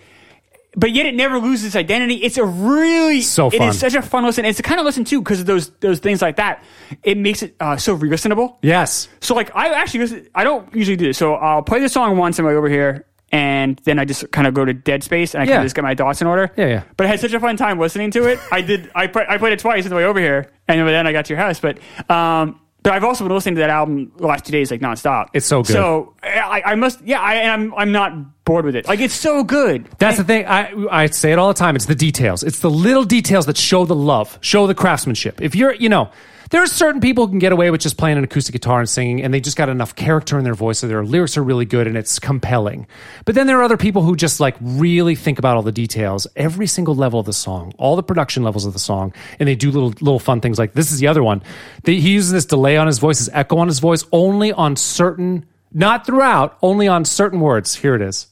But yet, it never loses its identity. It's a really So It fun. is such a fun listen. It's the kind of listen too because of those those things like that. It makes it uh, so re-listenable. yes. So like I actually listen- I don't usually do this. So I'll play the song once on my way over here, and then I just kind of go to dead space and I Yeah. can just get my thoughts in order. Yeah, yeah. But I had such a fun time listening to it. I did. I pla- I played it twice on the way over here, and then I got to your house. But um, but I've also been listening to that album the last two days like nonstop. It's so good. So I, I must yeah. I and I'm I'm not bored with it. Like it's so good. That's the thing. I I say it all the time. It's the details. It's the little details that show the love, show the craftsmanship. If you're, you know, there are certain people who can get away with just playing an acoustic guitar and singing, and they just got enough character in their voice, so their lyrics are really good and it's compelling. But then there are other people who just like really think about all the details, every single level of the song, all the production levels of the song, and they do little little fun things. Like this is the other one. They, he uses this delay on his voice, this echo on his voice, only on certain, not throughout, only on certain words. Here it is.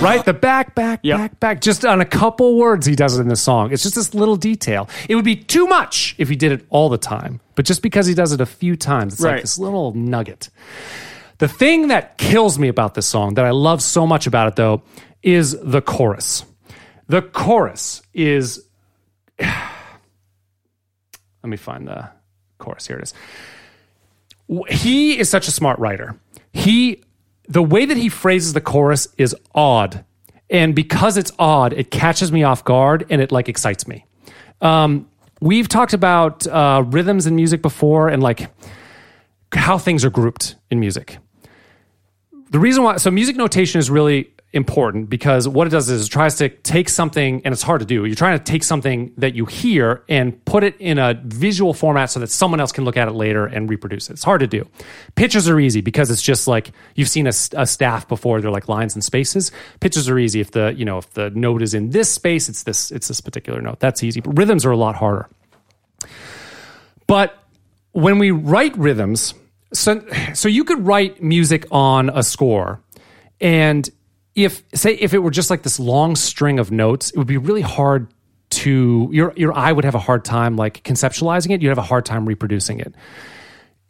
Right? The back, back, Yep. back, back. Just on a couple words, he does it in the song. It's just this little detail. It would be too much if he did it all the time. But just because he does it a few times, it's like Right. this little nugget. The thing that kills me about this song, that I love so much about it, though, is the chorus. The chorus is. <sighs> Let me find the chorus. Here it is he is such a smart writer. He the way that he phrases the chorus is odd. And because it's odd, it catches me off guard and it like excites me. Um, we've talked about uh, rhythms in music before and like how things are grouped in music. The reason why so music notation is really important because what it does is it tries to take something, and it's hard to do. You're trying to take something that you hear and put it in a visual format so that someone else can look at it later and reproduce it. It's hard to do. Pictures are easy because it's just like you've seen a, s- a staff before. They're like lines and spaces. Pictures are easy if the you know if the note is in this space, it's this it's this particular note. That's easy. But rhythms are a lot harder. But when we write rhythms, so so you could write music on a score, and if say if it were just like this long string of notes, it would be really hard to your your eye would have a hard time like conceptualizing it. You'd have a hard time reproducing it.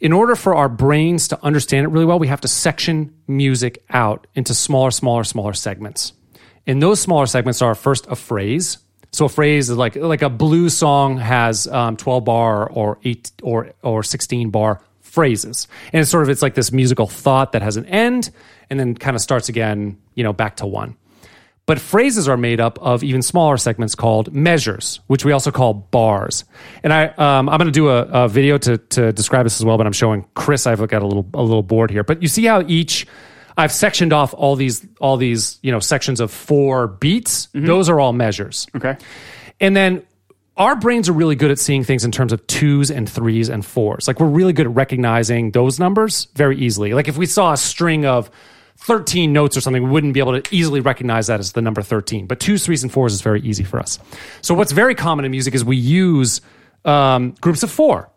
In order for our brains to understand it really well, we have to section music out into smaller, smaller, smaller segments. And those smaller segments are first a phrase. So a phrase is like like a blues song has um, twelve bar or eight or or sixteen bar phrases, and it's sort of it's like this musical thought that has an end and then kind of starts again, you know, back to one. But phrases are made up of even smaller segments called measures, which we also call bars. And I, um, I'm going to do a, a video to, to describe this as well. But I'm showing Chris. I've got a little a little board here. But you see how each I've sectioned off all these all these you know sections of four beats. Those are all measures. Okay. And then our brains are really good at seeing things in terms of twos and threes and fours. Like we're really good at recognizing those numbers very easily. Like if we saw a string of 13 notes or something, we wouldn't be able to easily recognize that as the number 13. But twos, threes, and fours is very easy for us. So what's very common in music is we use um, groups of 4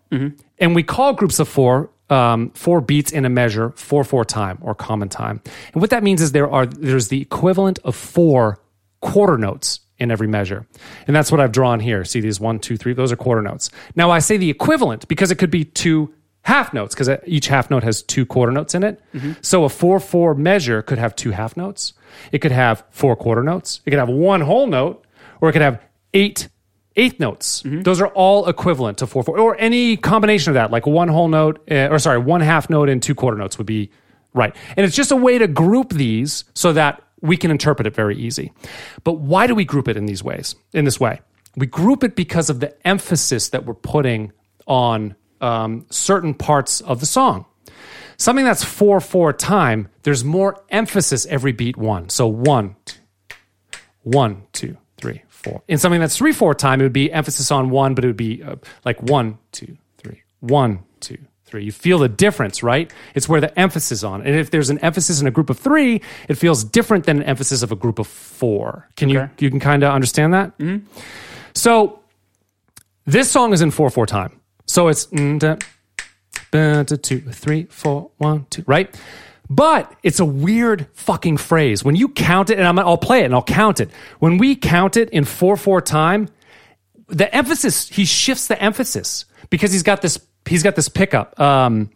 And we call groups of four um, four beats in a measure four four time or common time. And what that means is there are there's the equivalent of four quarter notes in every measure. And that's what I've drawn here. See these one, two, three, those are quarter notes. Now I say the equivalent because it could be two half notes because each half note has two quarter notes in it. So a four, four measure could have two half notes. It could have four quarter notes. It could have one whole note or it could have eight eighth notes. Those are all equivalent to four, four or any combination of that, like one whole note uh, or sorry, one half note and two quarter notes would be Right. And it's just a way to group these so that we can interpret it very easy. But why do we group it in these ways, in this way? We group it because of the emphasis that we're putting on um, certain parts of the song. Something that's 4 4 time, there's more emphasis every beat one. So one, t- one, two, three, four. In something that's 3 4 time, it would be emphasis on one, but it would be uh, like one, two, three, one, two, three. You feel the difference, right? It's where the emphasis is on. And if there's an emphasis in a group of three, it feels different than an emphasis of a group of four. Can Okay. you you can kind of understand that? Mm-hmm. So this song is in four four time. So it's mm, da, ba, da, two, three, four, one, two, right? But it's a weird fucking phrase. When you count it, and I'm, I'll play it and I'll count it. When we count it in four four time, the emphasis he shifts the emphasis because he's got this he's got this pickup um,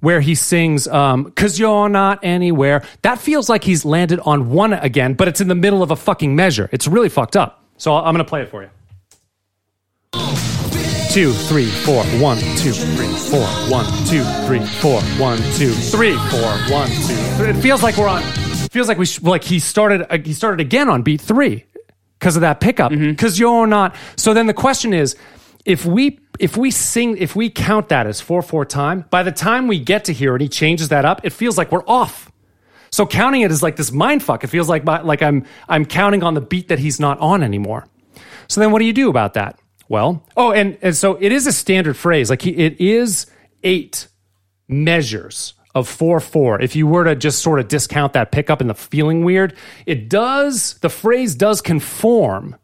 where he sings um, "Cause you're not anywhere." That feels like he's landed on one again, but it's in the middle of a fucking measure. It's really fucked up. So I'm gonna play it for you two, three, four, one, two, three, four, one, two, three, four, one, two, three, four, one, two, three. It feels like we're on. Feels like we sh- like he started uh, he started again on beat three because of that pickup. Because you're not. So then the question is, if we if we sing if we count that as four four time, by the time we get to here and he changes that up, it feels like we're off. So counting it is like this mind fuck. It feels like my, like I'm I'm counting on the beat that he's not on anymore. So then, what do you do about that? Well, oh, and and so it is a standard phrase. Like he, it is eight measures of four four. If you were to just sort of discount that pickup and the feeling weird, it does. The phrase does conform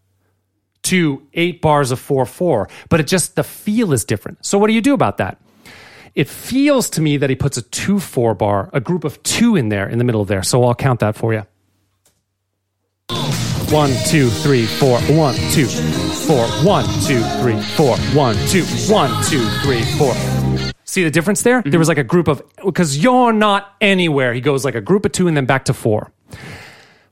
to eight bars of four four, but it just the feel is different. So what do you do about that? It feels to me that he puts a two four bar, a group of two in there, in the middle there. So I'll count that for you. One, two, three, four. One, two, four. One, two, three, four. One, two, one, two, three, four. See the difference there? There was like a group of because you're not anywhere. He goes like a group of two and then back to four.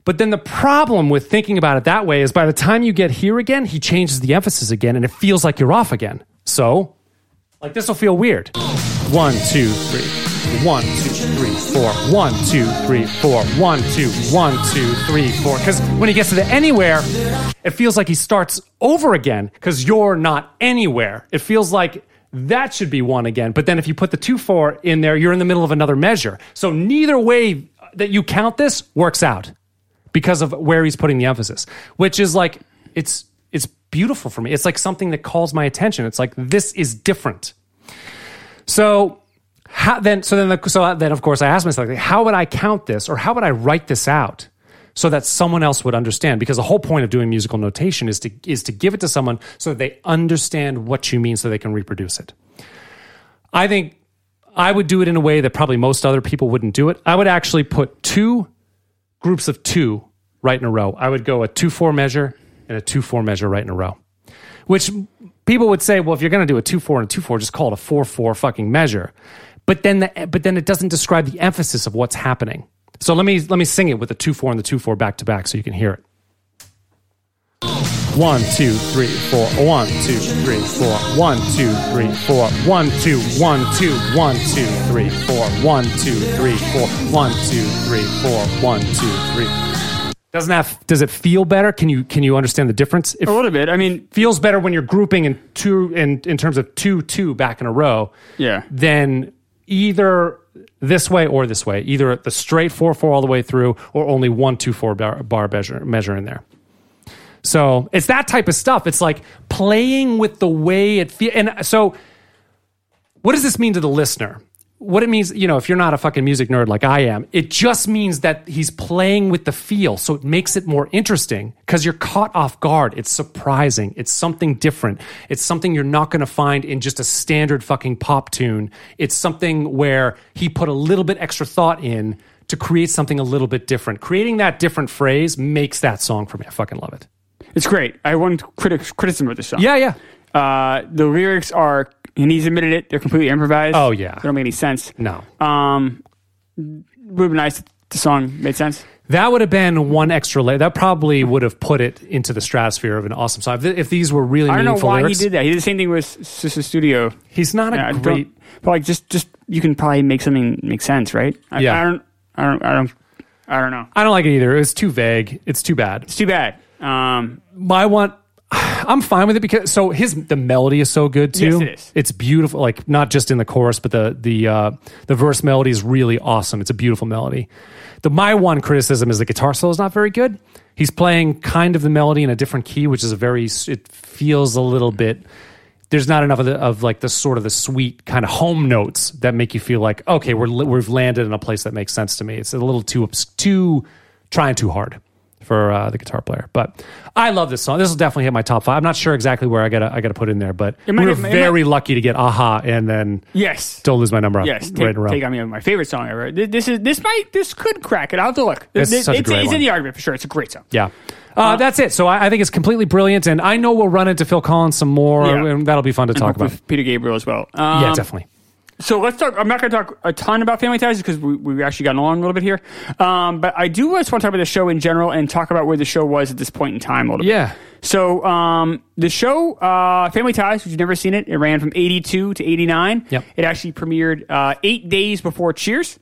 But then the problem with thinking about it that way is by the time you get here again, he changes the emphasis again and it feels like you're off again. So, like this will feel weird. One, two, three. One, two, three, four. One, two, three, four. One, two, one, two, three, four. Because when he gets to the anywhere, it feels like he starts over again because you're not anywhere. It feels like that should be one again. But then if you put the two, four in there, you're in the middle of another measure. So neither way that you count this works out because of where he's putting the emphasis, which is like it's it's beautiful for me. It's like something that calls my attention. It's like this is different. So how, then, so then, the, so then, of course, I asked myself, like, how would I count this, or how would I write this out, so that someone else would understand? Because the whole point of doing musical notation is to is to give it to someone so that they understand what you mean, so they can reproduce it. I think I would do it in a way that probably most other people wouldn't do it. I would actually put two groups of two right in a row. I would go a two four measure and a two four measure right in a row, which people would say, well, if you're going to do a two four and a two four, just call it a four four fucking measure. But then, the, but then it doesn't describe the emphasis of what's happening. So let me let me sing it with the two four and the two four back to back, so you can hear it. One, two, three, four. One, two, three, four. One, two, three, four. One, two, one, two, one, two, three, four. One, two, three, four. One, two, three, four. One, two, three. Doesn't that does it feel better? Can you can you understand the difference? It A little bit. I mean, feels better when you're grouping in two in, in terms of two two back in a row yeah. than either this way or this way, either the straight four four all the way through, or only one two four bar, bar measure measure in there. So it's that type of stuff. It's like playing with the way it feels. And so, what does this mean to the listener? What it means, you know, if you're not a fucking music nerd like I am, it just means that he's playing with the feel. So it makes it more interesting because you're caught off guard. It's surprising. It's something different. It's something you're not going to find in just a standard fucking pop tune. It's something where he put a little bit extra thought in to create something a little bit different. Creating that different phrase makes that song for me. I fucking love it. It's great. I have one critic criticism of this song. Yeah, yeah. Uh, the lyrics are, and he's admitted it, they're completely improvised. Oh, yeah. They don't make any sense. No. Um, would have been nice if the song made sense. That would have been one extra layer. That probably would have put it into the stratosphere of an awesome song. If, th- if these were really I don't know meaningful why lyrics, he did that. He did the same thing with Sister Studio. he's not a I don't- great. But like, just just you can probably make something make sense, right? I, Yeah. I don't. I don't. I don't. I don't know. I don't like it either. It's too vague. It's too bad. It's too bad. Um, My one, <sighs> I'm fine with it because so his the melody is so good too. Yes, it is. It's beautiful. Like not just in the chorus, but the the uh, the verse melody is really awesome. It's a beautiful melody. The my one criticism is the guitar solo is not very good. He's playing kind of the melody in a different key, which is a very. s- It feels a little bit. there's not enough of the of like the sort of the sweet kind of home notes that make you feel like okay we're we've landed in a place that makes sense to me. It's a little too obs- too trying too hard for uh, the guitar player, but I love this song. This will definitely hit my top five. I'm not sure exactly where I gotta I gotta put in there, but might- we were it might- very lucky to get Aha and then yes. don't lose my number. on- Yes, take, right in a row. take on me my favorite song ever. Th- This is this might this could crack it. I'll have to look. Th- It's th- such a great it's in one. the argument for sure. It's a great song. Yeah. Uh, that's it. So I, I think it's completely brilliant, and I know we'll run into Phil Collins some more, Yeah. and that'll be fun to <laughs> talk about. with Peter Gabriel as well. Um, yeah, definitely. So let's talk. I'm not going to talk a ton about Family Ties because we we actually gotten along a little bit here. Um, but I do just want to talk about the show in general and talk about where the show was at this point in time a little bit. Yeah. So um, the show, uh, Family Ties, if you've never seen it, it ran from 82 to 89. Yep. It actually premiered uh, eight days before Cheers.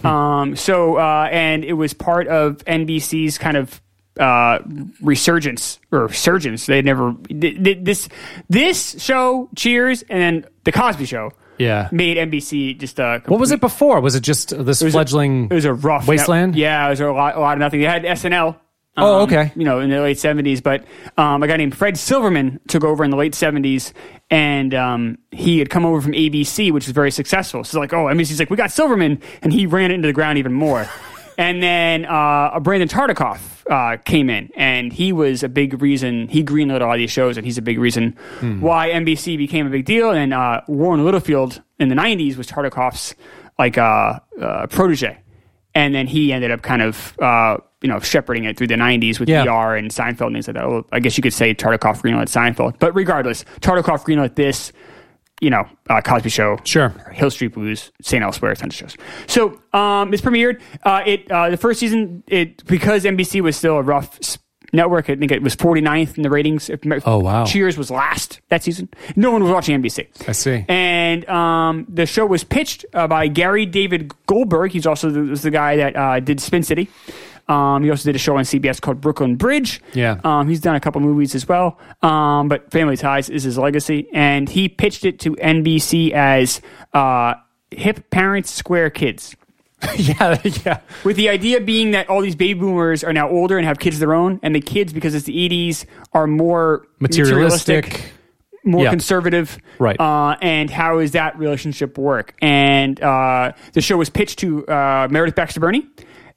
Hmm. Um, so, uh, and it was part of NBC's kind of uh, resurgence or resurgence. They never, th- th- this, this show, Cheers, and then The Cosby Show. Yeah. Made NBC just uh, What was it before? Was it just this was a- fledgling? it was a rough wasteland? yeah, it was a lot, a lot of nothing. They had SNL. Oh, um, okay. You know, in the late seventies, but um, a guy named Fred Silverman took over in the late seventies, and um, he had come over from ABC, which was very successful. So like, oh, NBC's like, we got Silverman, and he ran it into the ground even more. and then uh, a Brandon Tartikoff uh, came in, and he was a big reason. He greenlit a lot of these shows, and he's a big reason why NBC became a big deal. And uh, Warren Littlefield in the '90s was Tartikoff's like uh, uh, protege, and then he ended up kind of uh, you know shepherding it through the '90s with Yeah. ER and Seinfeld and things like that. Well, I guess you could say Tartikoff greenlit Seinfeld, but regardless, Tartikoff greenlit this. You know, uh, Cosby Show, Sure. Hill Street Blues, St. Elsewhere, tons of shows. So um, it's premiered. Uh, it uh, the first season it because NBC was still a rough s- network. I think it was 49th in the ratings. If- Oh, wow. Cheers was last that season. No one was watching NBC. I see. And um, the show was pitched uh, by Gary David Goldberg. He's also the, was the guy that uh, did Spin City. Um, he also did a show on CBS called Brooklyn Bridge. Yeah. Um, he's done a couple movies as well. Um, but Family Ties is his legacy. And he pitched it to NBC as uh, Hip Parents Square Kids. <laughs> yeah, yeah. With the idea being that all these baby boomers are now older and have kids of their own, and the kids, because it's the 80s, are more Materialistic. more Yeah. conservative. Right. Uh, and how does that relationship work? And uh, the show was pitched to uh, Meredith Baxter Burney.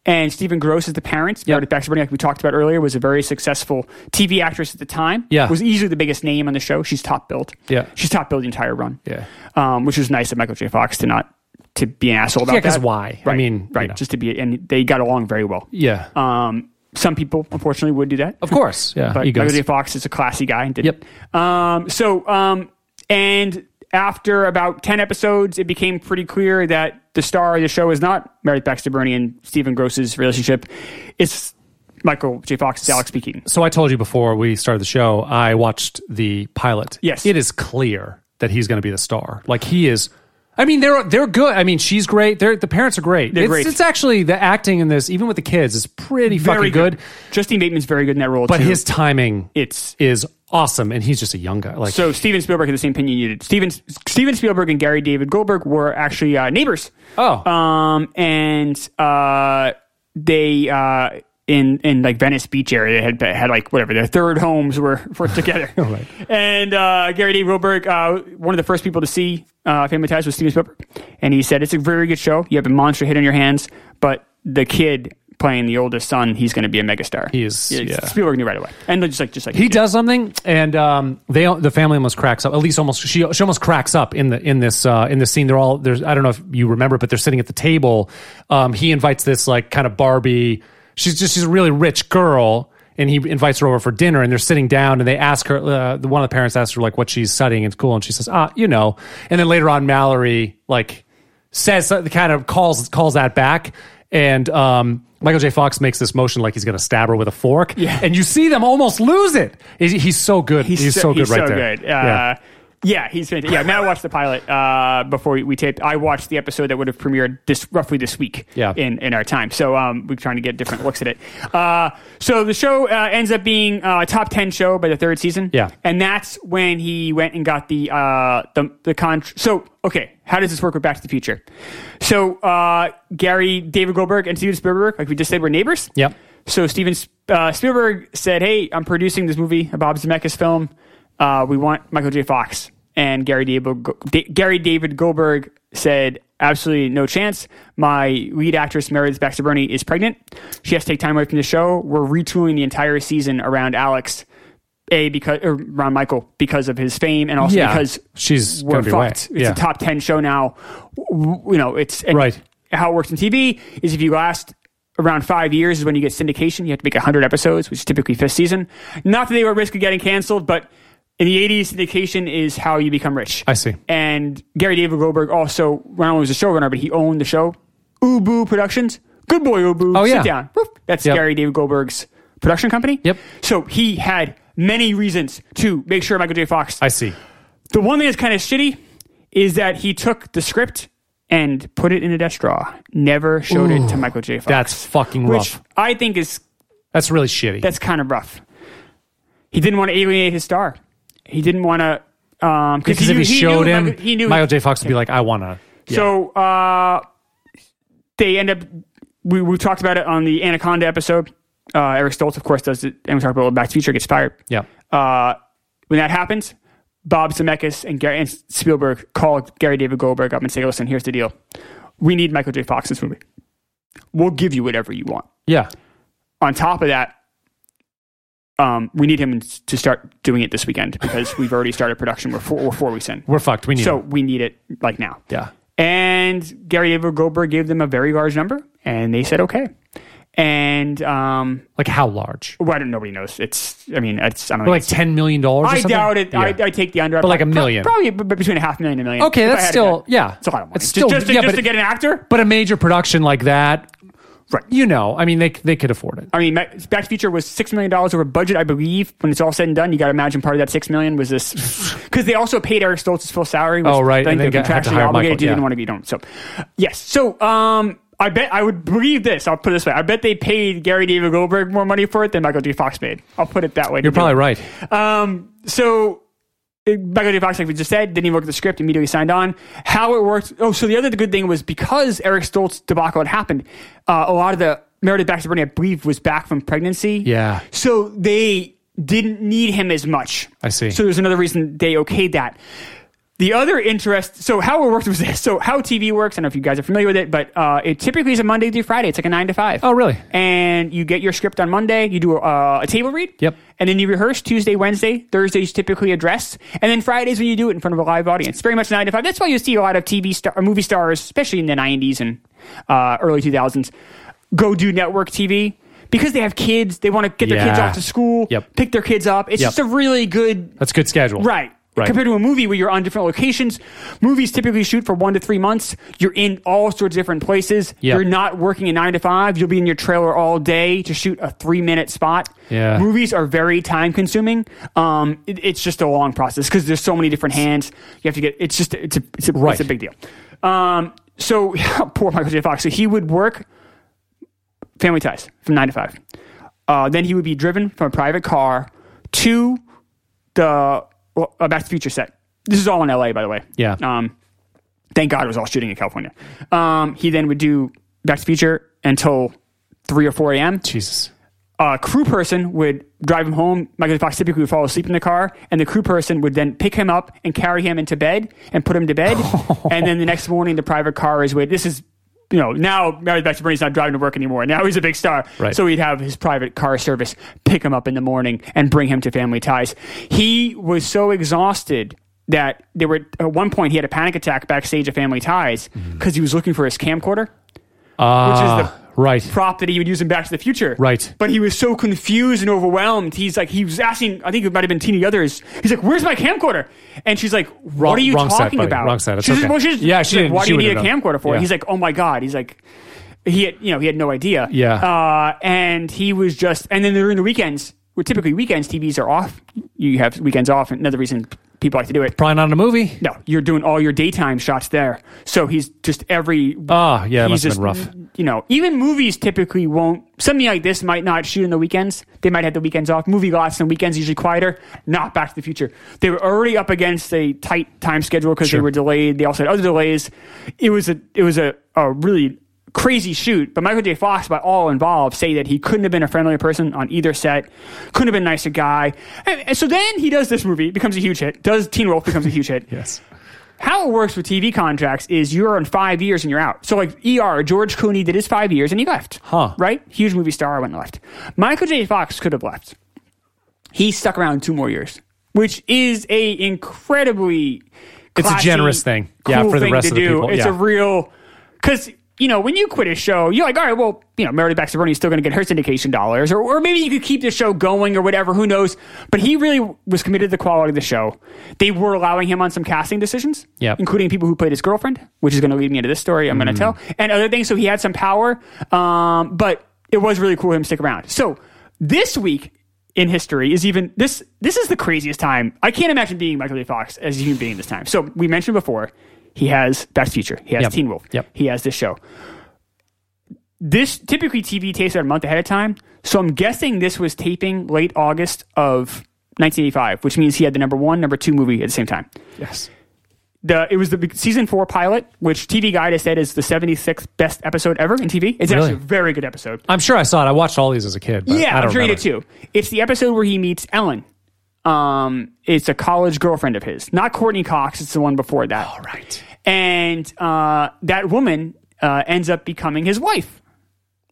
And Stephen Gross is the parents. Meredith Baxter Burney, like we talked about earlier, was a very successful TV actress at the time. Yeah. Was easily the biggest name on the show. She's top billed. Yeah. She's top billed the entire run. Yeah. Um, which was nice of Michael J. Fox to not to be an asshole about Yeah, that. 'cause why? I Right. mean, right. you know. Just to be, and they got along very well. Yeah. Um, some people, unfortunately, would do that. of course. Yeah. But egos. Michael J. Fox is a classy guy. and did Yep. it. Um, so, um, and after about 10 episodes, it became pretty clear that the star of the show is not Meredith Baxter Burney and Stephen Gross's relationship. It's Michael J. Fox, it's Alex speaking. so I told you before we started the show, I watched the pilot. Yes. It is clear that he's going to be the star. Like he is I mean they're they're good. I mean she's great. They're the parents are great. They're it's, great. it's actually the acting in this even with the kids is pretty fucking good. Justine Bateman's very good in that role. But too. his timing It's- is awesome and he's just a young guy. Like So Steven Spielberg had the same opinion you did. Steven, Steven Spielberg and Gary David Goldberg were actually uh, neighbors. Oh. um, and uh, they uh, in in like Venice Beach area they had had like whatever their third homes were <laughs> <laughs> were together. Right. And uh, Gary David Goldberg, uh, one of the first people to see uh, Family Ties was Steven Spielberg, and he said it's a very good show. You have a monster hit on your hands, but the kid playing the oldest son, he's going to be a megastar. He is, yeah. Spielberg knew right away, and just like just like he does something, and um, they the family almost cracks up. At least almost she she almost cracks up in the in this uh, in this scene. They're all there's I don't know if you remember, but they're sitting at the table. Um, he invites this like kind of Barbie. She's just she's a really rich girl, and he invites her over for dinner. And they're sitting down, and they ask her. Uh, the- one of the parents asks her like what she's studying in school, and she says, ah, you know. And then later on, Mallory like says uh, kind of calls calls that back and um Michael J. Fox makes this motion like he's going to stab her with a fork, Yeah. and you see them almost lose it. He's, he's so good. He's, so, good right there. Good. Uh, yeah. he's fantastic. Yeah, Matt watched the pilot uh, before we, we taped. I watched the episode that would have premiered this roughly this week. Yeah. in in our time. So um, we're trying to get different looks at it. Uh, so the show uh, ends up being uh, a top ten show by the third season. Yeah. and that's when he went and got the uh, the the contract. So okay, how does this work with Back to the Future? So uh, Gary, David Goldberg, and Steven Spielberg, like we just said, were neighbors. Yep. So Steven uh, Spielberg said, "Hey, I'm producing this movie, a Bob Zemeckis film. Uh, we want Michael J. Fox." And Gary David, D- Gary David Goldberg said, "Absolutely no chance. My lead actress Meredith Baxter Burney is pregnant. She has to take time away from the show. We're retooling the entire season around Alex." A because or around Michael because of his fame and also Yeah. because She's we're gonna be away. fucked. It's Yeah. a top ten show now. W- You know, it's and Right. How it works in TV is if you last around five years is when you get syndication. You have to make hundred episodes, which is typically fifth season. Not that they were at risk of getting canceled, but in the '80s, syndication is how you become rich. I see. And Gary David Goldberg also not only was a showrunner, but he owned the show Ubu Productions. Good boy, Ubu. Oh, yeah. Sit down. Woof. That's Yep. Gary David Goldberg's production company. Yep. So he had many reasons to make sure Michael J. Fox I see. the one thing that's kind of shitty is that he took the script and put it in a desk drawer. Never showed it to Michael J. Fox. That's fucking which rough. I think is That's really shitty. that's kind of rough. He didn't want to alienate his star. He didn't want to um, because if knew- he showed knew him, Michael- he knew Michael J. Fox would be like, "I want to." So uh, they end up. We, we talked about it on the Anaconda episode. Uh, Eric Stoltz, of course, does it, and we talked about Back to the Future gets fired. Yeah. Uh, when that happens, Bob Zemeckis and Gary and Spielberg call Gary David Goldberg up and say, "Listen, here's the deal. We need Michael J. Fox in this movie. We'll give you whatever you want. Yeah. On top of that." Um, we need him to start doing it this weekend because we've already started production. We're four, we're four weeks in. We're fucked. We need. so him. we need it like now. Yeah. And Gary David Goldberg gave them a very large number, and they said okay. And um, Like how large? well, I don't, nobody knows. It's, I mean, it's, I don't know. Like ten million dollars? I doubt it. I, I take the under. But like a million. probably b- b- between a half million and a million. Okay, If I that's had to still- bet. yeah. It's a lot of money. It's still- just, just to, yeah, just but to it- get an actor. but a major production like that, Right. you know, I mean, they they could afford it. I mean, Ma- Back to the Future was six million dollars over budget, I believe. When it's all said and done, you got to imagine part of that six million was this <laughs> because they also paid Eric Stoltz's full salary. Which Oh, right, I and think they they're got- had to contractually hire obligated. Michael, you yeah. didn't want to be done. So, yes. So, um, I bet I would believe this. I'll put it this way: I bet they paid Gary David Goldberg more money for it than Michael J. Fox made. I'll put it that way. You're probably right. Um, so it- Michael J. Fox, like we just said, didn't even look at the script, immediately signed on. How it worked. Oh, so the other good thing was because Eric Stoltz debacle had happened, uh, a lot of the Meredith Baxter Burney, I believe, was back from pregnancy. Yeah. So they didn't need him as much. I see. So there's another reason they okayed that. The other interest, so how it worked <laughs> was this. So how TV works, I don't know if you guys are familiar with it, but uh, it typically is a Monday through Friday. It's like a nine to five. Oh, really? And you get your script on Monday. You do a, a table read. Yep. And then you rehearse Tuesday, Wednesday, Thursdays typically a dress, and then Fridays when you do it in front of a live audience. Very much nine to five. That's why you see a lot of TV star, or movie stars, especially in the '90s and uh, early 2000s, go do network TV because they have kids. They want to get their kids Yeah. off to school, Yep. pick their kids up. It's Yep. just a really good That's a good schedule. Right. Right. Compared to a movie where you're on different locations, movies typically shoot for one to three months. You're in all sorts of different places. Yep. You're not working a nine to five. You'll be in your trailer all day to shoot a three minute spot. Yeah. Movies are very time consuming. Um, it- it's just a long process because there's so many different hands. You have to get. It's just it's a it's a, Right. it's a big deal. Um, so <laughs> poor Michael J. Fox. So he would work family ties from nine to five. Uh, then he would be driven from a private car to the well, uh, Back to the Future set. This is all in LA, by the way. Yeah. Um, thank God it was all shooting in California. Um, he then would do Back to the Future until 3 or 4 a.m. Jesus. A crew person would drive him home. Michael J. Fox typically would fall asleep in the car, and the crew person would then pick him up and carry him into bed and put him to bed. and then the next morning, the private car is with. This is, you know, now Mary Baxter Bernie's not driving to work anymore. Now he's a big star. Right. So he'd have his private car service pick him up in the morning and bring him to Family Ties. He was so exhausted that there were at one point he had a panic attack backstage at Family Ties because he was looking for his camcorder Uh, right. prop that he would use in Back to the Future. Right. But he was so confused and overwhelmed. He's like, he was asking, I think it might have been Tina Others. He's like, where's my camcorder? And she's like, what Wrong- are you wrong side, talking buddy. about? Wrong side. It's She's okay. well, she's- Yeah, she she's like, didn't- Why she do you need a wouldn't have known. camcorder for? Yeah. He's like, oh my God. He's like, he had, you know, he had no idea. Yeah. Uh, and he was just, and then during the weekends, where typically weekends TVs are off. You have weekends off. Another reason people like to do it. Probably not in a movie. No, you're doing all your daytime shots there. So he's just every. Ah, yeah, that he's must have been rough. You know, even movies typically won't. Something like this might not shoot in the weekends. They might have the weekends off. Movie lots and weekends usually quieter. Not Back to the Future. They were already up against a tight time schedule because Sure. they were delayed. They also had other delays. It was a it was a, a really crazy shoot. But Michael J. Fox, by all involved, say that he couldn't have been a friendlier person on either set. Couldn't have been a nicer guy. And, and so then he does this movie, becomes a huge hit. Does Teen Wolf becomes a <laughs> huge hit? Yes. how it works with TV contracts is you're on five years and you're out. So like ER, George Clooney did his five years and he left. Huh. Right? Huge movie star went and left. Michael J. Fox could have left. He stuck around two more years, which is a incredibly It's a classy, generous thing. Yeah, cool for the thing rest to of the do. people. It's a Yeah. real because you know when you quit a show, you're like, all right, well, you know, Meredith Baxter Bernie's still going to get her syndication dollars, or, or maybe you could keep the show going or whatever. Who knows? But he really was committed to the quality of the show. They were allowing him on some casting decisions, Yep. including people who played his girlfriend, which is going to lead me into this story I'm Mm-hmm. going to tell, and other things. So he had some power, um, but it was really cool of him to stick around. So this week in history is even this. This is the craziest time. I can't imagine being Michael J. Fox as a human being this time. So we mentioned before. He has Back to the Future. He has Yep. Teen Wolf. Yep. He has this show. This typically TV tapes out a month ahead of time, so I'm guessing this was taping late August of 1985, which means he had the number one, number two movie at the same time. Yes. The it was the big- season four pilot, which TV Guide has said is the 76th best episode ever in TV. It's Really? actually a very good episode. I'm sure I saw it. I watched all these as a kid. But Yeah, I don't I'm sure remember. you did too. It's the episode where he meets Ellen. Um, it's a college girlfriend of his, not Courtney Cox. It's the one before that. All right. and uh, that woman uh, ends up becoming his wife,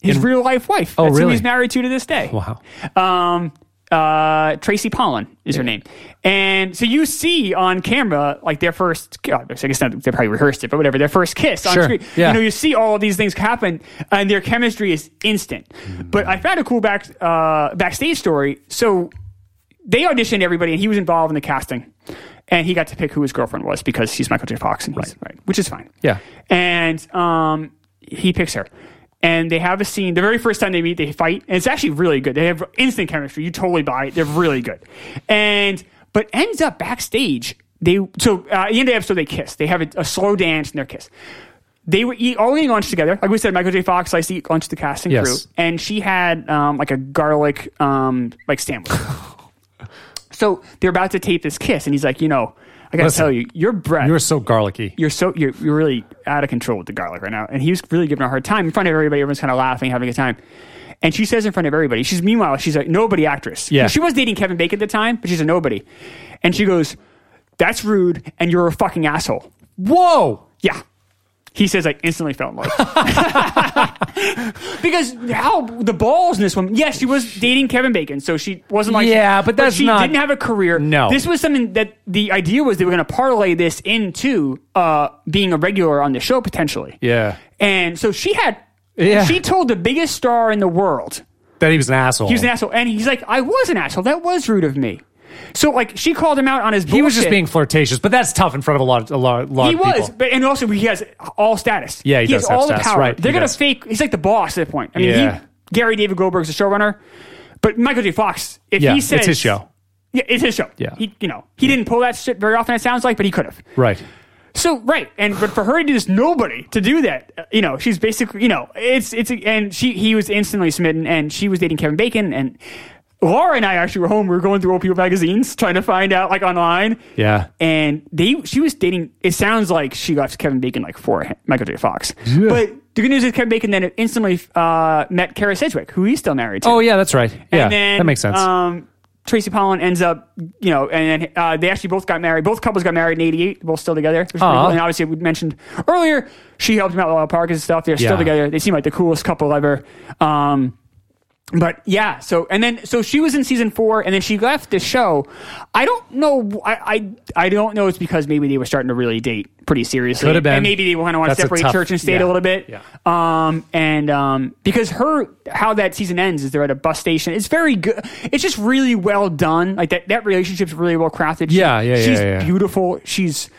his real life wife. Oh, That's who really? he's married to to this day. Wow. Um, uh, Tracy Pollan is her name, and so you see on camera like their first. God, I guess not, they probably rehearsed it, but whatever. Their first kiss on Sure. screen. Yeah. You know, you see all of these things happen, and their chemistry is instant. But Mm. I found a cool back uh, backstage story. So they auditioned everybody, and he was involved in the casting. And he got to pick who his girlfriend was because he's Michael J. Fox, and he's right, which is fine. Yeah. And um, he picks her, and they have a scene. The very first time they meet, they fight, and it's actually really good. They have instant chemistry. You totally buy it. They're really good. And but ends up backstage. They so uh, at the end of the episode, they kiss. They have a, a slow dance and their kiss. They were eat, all eating lunch together. Like we said, Michael J. Fox likes to eat lunch with the casting Yes. crew, and she had um, like a garlic um, like sandwich. So they're about to tape this kiss, and he's like, you know, I gotta Listen, tell you, your breath, You you're, were so garlicky. so you're, you're really out of control with the garlic right now. And he was really giving her a hard time in front of everybody. Everyone's kind of laughing, having a good time. And she says in front of everybody, she's meanwhile she's a nobody actress. Yeah. she was dating Kevin Bacon at the time, but she's a nobody. And she goes, "That's rude, and you're a fucking asshole." Whoa. Yeah. He says I instantly fell in love. <laughs> because how the balls in this woman. Yes, she was dating Kevin Bacon, so she wasn't like Yeah, but that's she not- didn't have a career. No. This was something that the idea was they were gonna parlay this into uh being a regular on the show potentially. Yeah. And so she had Yeah. she told the biggest star in the world That he was an asshole. he was an asshole. And he's like, I was an asshole. That was rude of me. So like she called him out on his bullshit. He was just being flirtatious, but that's tough in front of a lot, a lot, a lot He of people. was, but and also he has all status. Yeah, he has does have all the status, power. right, They're he gonna does. fake. He's like the boss at that point. I mean, Yeah. he, Gary David Goldberg's the showrunner, but Michael J. Fox. If yeah, he says it's his show, yeah, it's his show. Yeah. he, you know, he didn't pull that shit very often. It sounds like, but he could have. right? So right, and but for her to do this, nobody to do that. uh, You know, she's basically you know, it's it's and she he was instantly smitten, and she was dating Kevin Bacon, and Laura and I actually were home. We were going through old people magazines trying to find out like online. Yeah. and they she was dating. It sounds like she left Kevin Bacon like for him, Michael J. Fox. But the good news is Kevin Bacon then instantly uh, met Kara Sedgwick, who he's still married to. Oh yeah, that's right. Yeah, And then, that makes sense. Um, Tracy Pollan ends up, you know, and then uh, they actually both got married. Both couples got married in '88. Both still together. which is pretty Aw. cool. And obviously, we mentioned earlier, she helped him out with Wild Parkers and stuff. They're Yeah. still together. They seem like the coolest couple ever. Um, but yeah, so and then so she was in season four, and then she left the show. I don't know. I I, I don't know. It's because maybe they were starting to really date pretty seriously. Could have been. And maybe they kind of want to That's a separate tough- church and state yeah. a little bit. Yeah. Um, and um, because her how that season ends is they're at a bus station. It's very good. It's just really well done. Like that that relationship's really well crafted. She- Yeah, yeah, yeah, She's yeah. beautiful. She's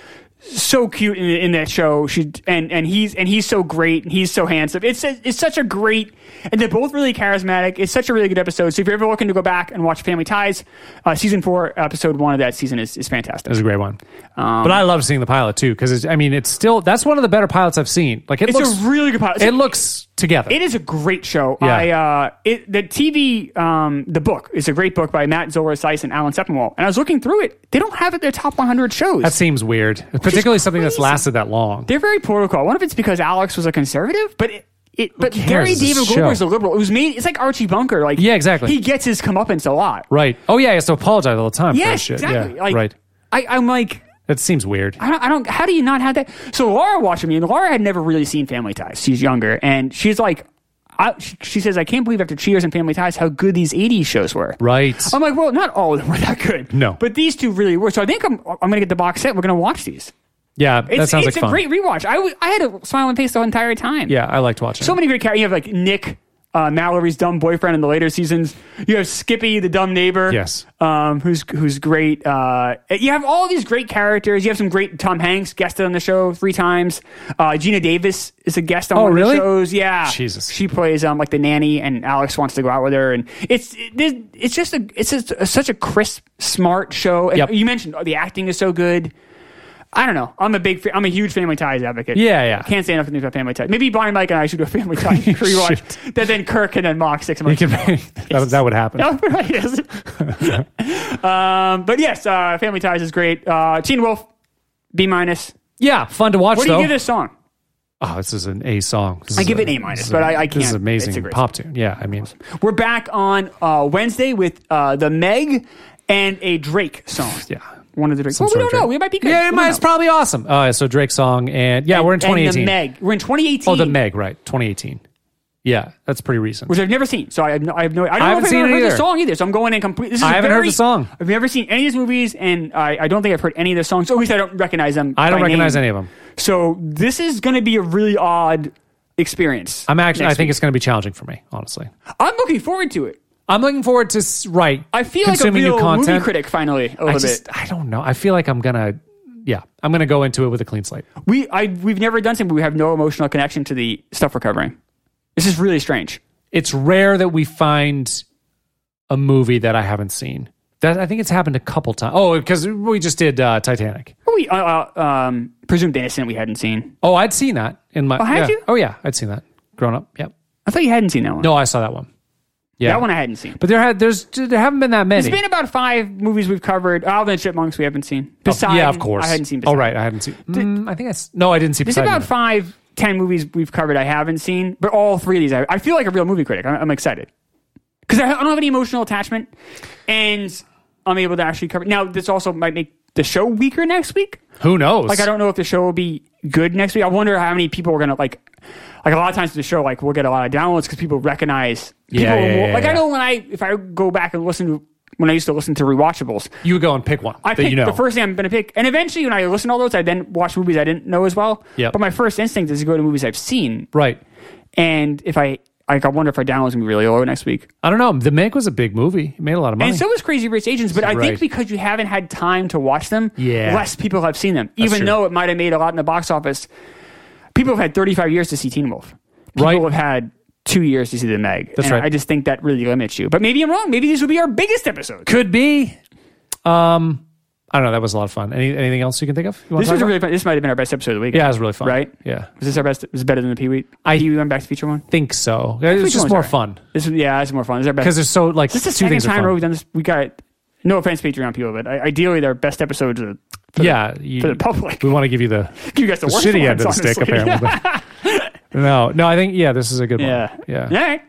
so cute in, in that show. She and and he's and he's so great and he's so handsome. It's a, it's such a great and they're both really charismatic. It's such a really good episode. So if you're ever looking to go back and watch Family Ties, uh, season four, episode one of that season is is It fantastic. was a great one. um, but I love seeing the pilot too because I mean, it's still that's one of the better pilots I've seen. Like it It's looks, a really good pilot. it looks together. It is a great show. Yeah. I uh, it, the TV um, the book is a great book by Matt Zoller Seiss and Alan Sepinwall. And I was looking through it; they don't have it in their top 100 shows. that seems weird, particularly something that's crazy. lasted that long. They're very political. I wonder if it's because Alex was a conservative, but it, it but cares? Gary It's a David show. Goldberg's a liberal. It was made. It's like Archie Bunker. Like Yeah, exactly. He gets his comeuppance a lot. right? Oh yeah, I have to apologize all the time. for that Yes, Oh, shit. exactly. Yeah, like, right. I, I'm like. That seems weird. I don't, I don't. How do you not have that? So Laura watching me, and Laura had never really seen Family Ties. She's younger, and she's like, I, she, she says, I can't believe after Cheers and Family Ties how good these '80s shows were. Right. I'm like, well, not all of them were that good. No. but these two really were. So I think I'm, I'm gonna get the box set. We're gonna watch these. yeah, It's, that sounds it's like a fun. great rewatch. I, w- I had a smiling face the entire time. yeah, I liked watching. so it. many great characters. You have like Nick. Uh, Mallory's dumb boyfriend in the later seasons. You have Skippy, the dumb neighbor. Yes. um, who's who's great. Uh, you have all these great characters. You have some great Tom Hanks guested on the show three times. Uh, Gina Davis is a guest on Oh, one really? of the shows. Yeah, Jesus. She plays um like the nanny, and Alex wants to go out with her, and it's it, it's just a it's just a, such a crisp, smart show. And Yep. you mentioned oh, the acting is so good. I don't know. I'm a big, fa- I'm a huge Family Ties advocate. Yeah, yeah. Can't say enough good things about Family Ties. Maybe Bonnie Mike and I should do <laughs> a Family Ties rewatch. That then Kirk and then mock six You months. can- <laughs> <laughs> that, that would happen. No, <laughs> right, yes. um, but yes, uh, Family Ties is great. Uh, Teen Wolf, B minus. Yeah, fun to watch What do though. you give this song? Oh, this is an A song. This I is give a- it an A minus, this is but a- I- I This is can't. It's a amazing great pop tune. Yeah, I mean, We're back on uh, Wednesday with uh, the Meg and a Drake song. yeah. One of the Drake. Some Well, we sort don't of know. Drake. We might be good. Yeah, We it don't might, it's know. probably awesome. Uh, so Drake song and yeah, we're in And the 2018. Meg. We're in 2018. Oh, the Meg, right? 2018. Yeah, that's pretty recent. which I've never seen. So I have no, I have no, I, don't know haven't if I've seen ever it heard either. the song either. So I'm going in complete. This is I a haven't heard very- the song. I've never seen any of these movies, and I, I don't think I've heard any of the songs. At least I don't recognize them. I don't by recognize name. any of them. So this is going to be a really odd experience. I'm actually. I next think week. it's going to be challenging for me, honestly. I'm looking forward to it. I'm looking forward to s- right. I feel like a consuming real new content. movie critic finally a little I just. bit. I don't know. I feel like I'm gonna. Yeah, I'm gonna go into it with a clean slate. We I we've never done something. where We have no emotional connection to the stuff we're covering. This is really strange. It's rare that we find a movie that I haven't seen. That I think it's happened a couple times. Oh, because we just did uh, Titanic. We uh, uh, um, presumed innocent. We hadn't seen. Oh, I'd seen that in my. Oh, had yeah. you? Oh yeah, I'd seen that growing up. Yep. I thought you hadn't seen that one. No, I saw that one. Yeah. That one I hadn't seen. But there had there's there haven't been that many. There's been about five movies we've covered. All the Chipmunks we haven't seen. Poseidon, yeah, of course. I hadn't seen. Oh Poseidon. right, I hadn't seen. Mm, I think I s- no, I didn't see. There's Poseidon. about five, ten movies we've covered I haven't seen, but all three of these I, I feel like a real movie critic. I'm, I'm excited because I don't have any emotional attachment, and I'm able to actually cover. Now this also might make the show weaker next week. Who knows? Like I don't know if the show will be good next week. I wonder how many people are gonna like. Like a lot of times the show, like we'll get a lot of downloads because people recognize. People Yeah, yeah, will- yeah, like I yeah. know when I if I go back and listen to when I used to listen to rewatchables, You would go and pick one I that picked you know. the first thing I'm going to pick, and eventually when I listen to all those, I then watch movies I didn't know as well. Yep. But my first instinct is to go to movies I've seen, right. and if I like, I wonder if our downloads gonna be really low next week. I don't know. The Mank was a big movie. It made a lot of money. And so is Crazy Rich Asians, but I Oh, Right. think because you haven't had time to watch them, Yeah. less people have seen them. true. Even though it might have made a lot in the box office, people have had 35 years to see Teen Wolf. People Right. have had two years to see The Meg. That's And right. I just think that really limits you. But maybe I'm wrong. Maybe these will be our biggest episodes. Could be. Um, I don't know. That was a lot of fun. Any, anything else you can think of? You want This to talk was a about? really fun. This might have been our best episode of the week. yeah, it was really fun. Right? Yeah. Was this our best? Was it better than the Pee Wee? I- Pee Wee went back to feature one. Think so. It was Which just one's more alright? fun This is yeah, this is more fun. This is our best. because there's so like this is the two second things are time fun. we've done this. We got no offense, Patreon people, but I, ideally, our best episodes are for yeah, the, you, for the public. we want to give you the, You guys the, the <laughs> worst shitty end ones, of the stick, honestly. <laughs> apparently. no, no, I think yeah, this is a good Yeah. one. Yeah, All right.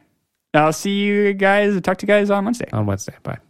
I'll see you guys. Talk to you guys on Wednesday. on Wednesday. Bye.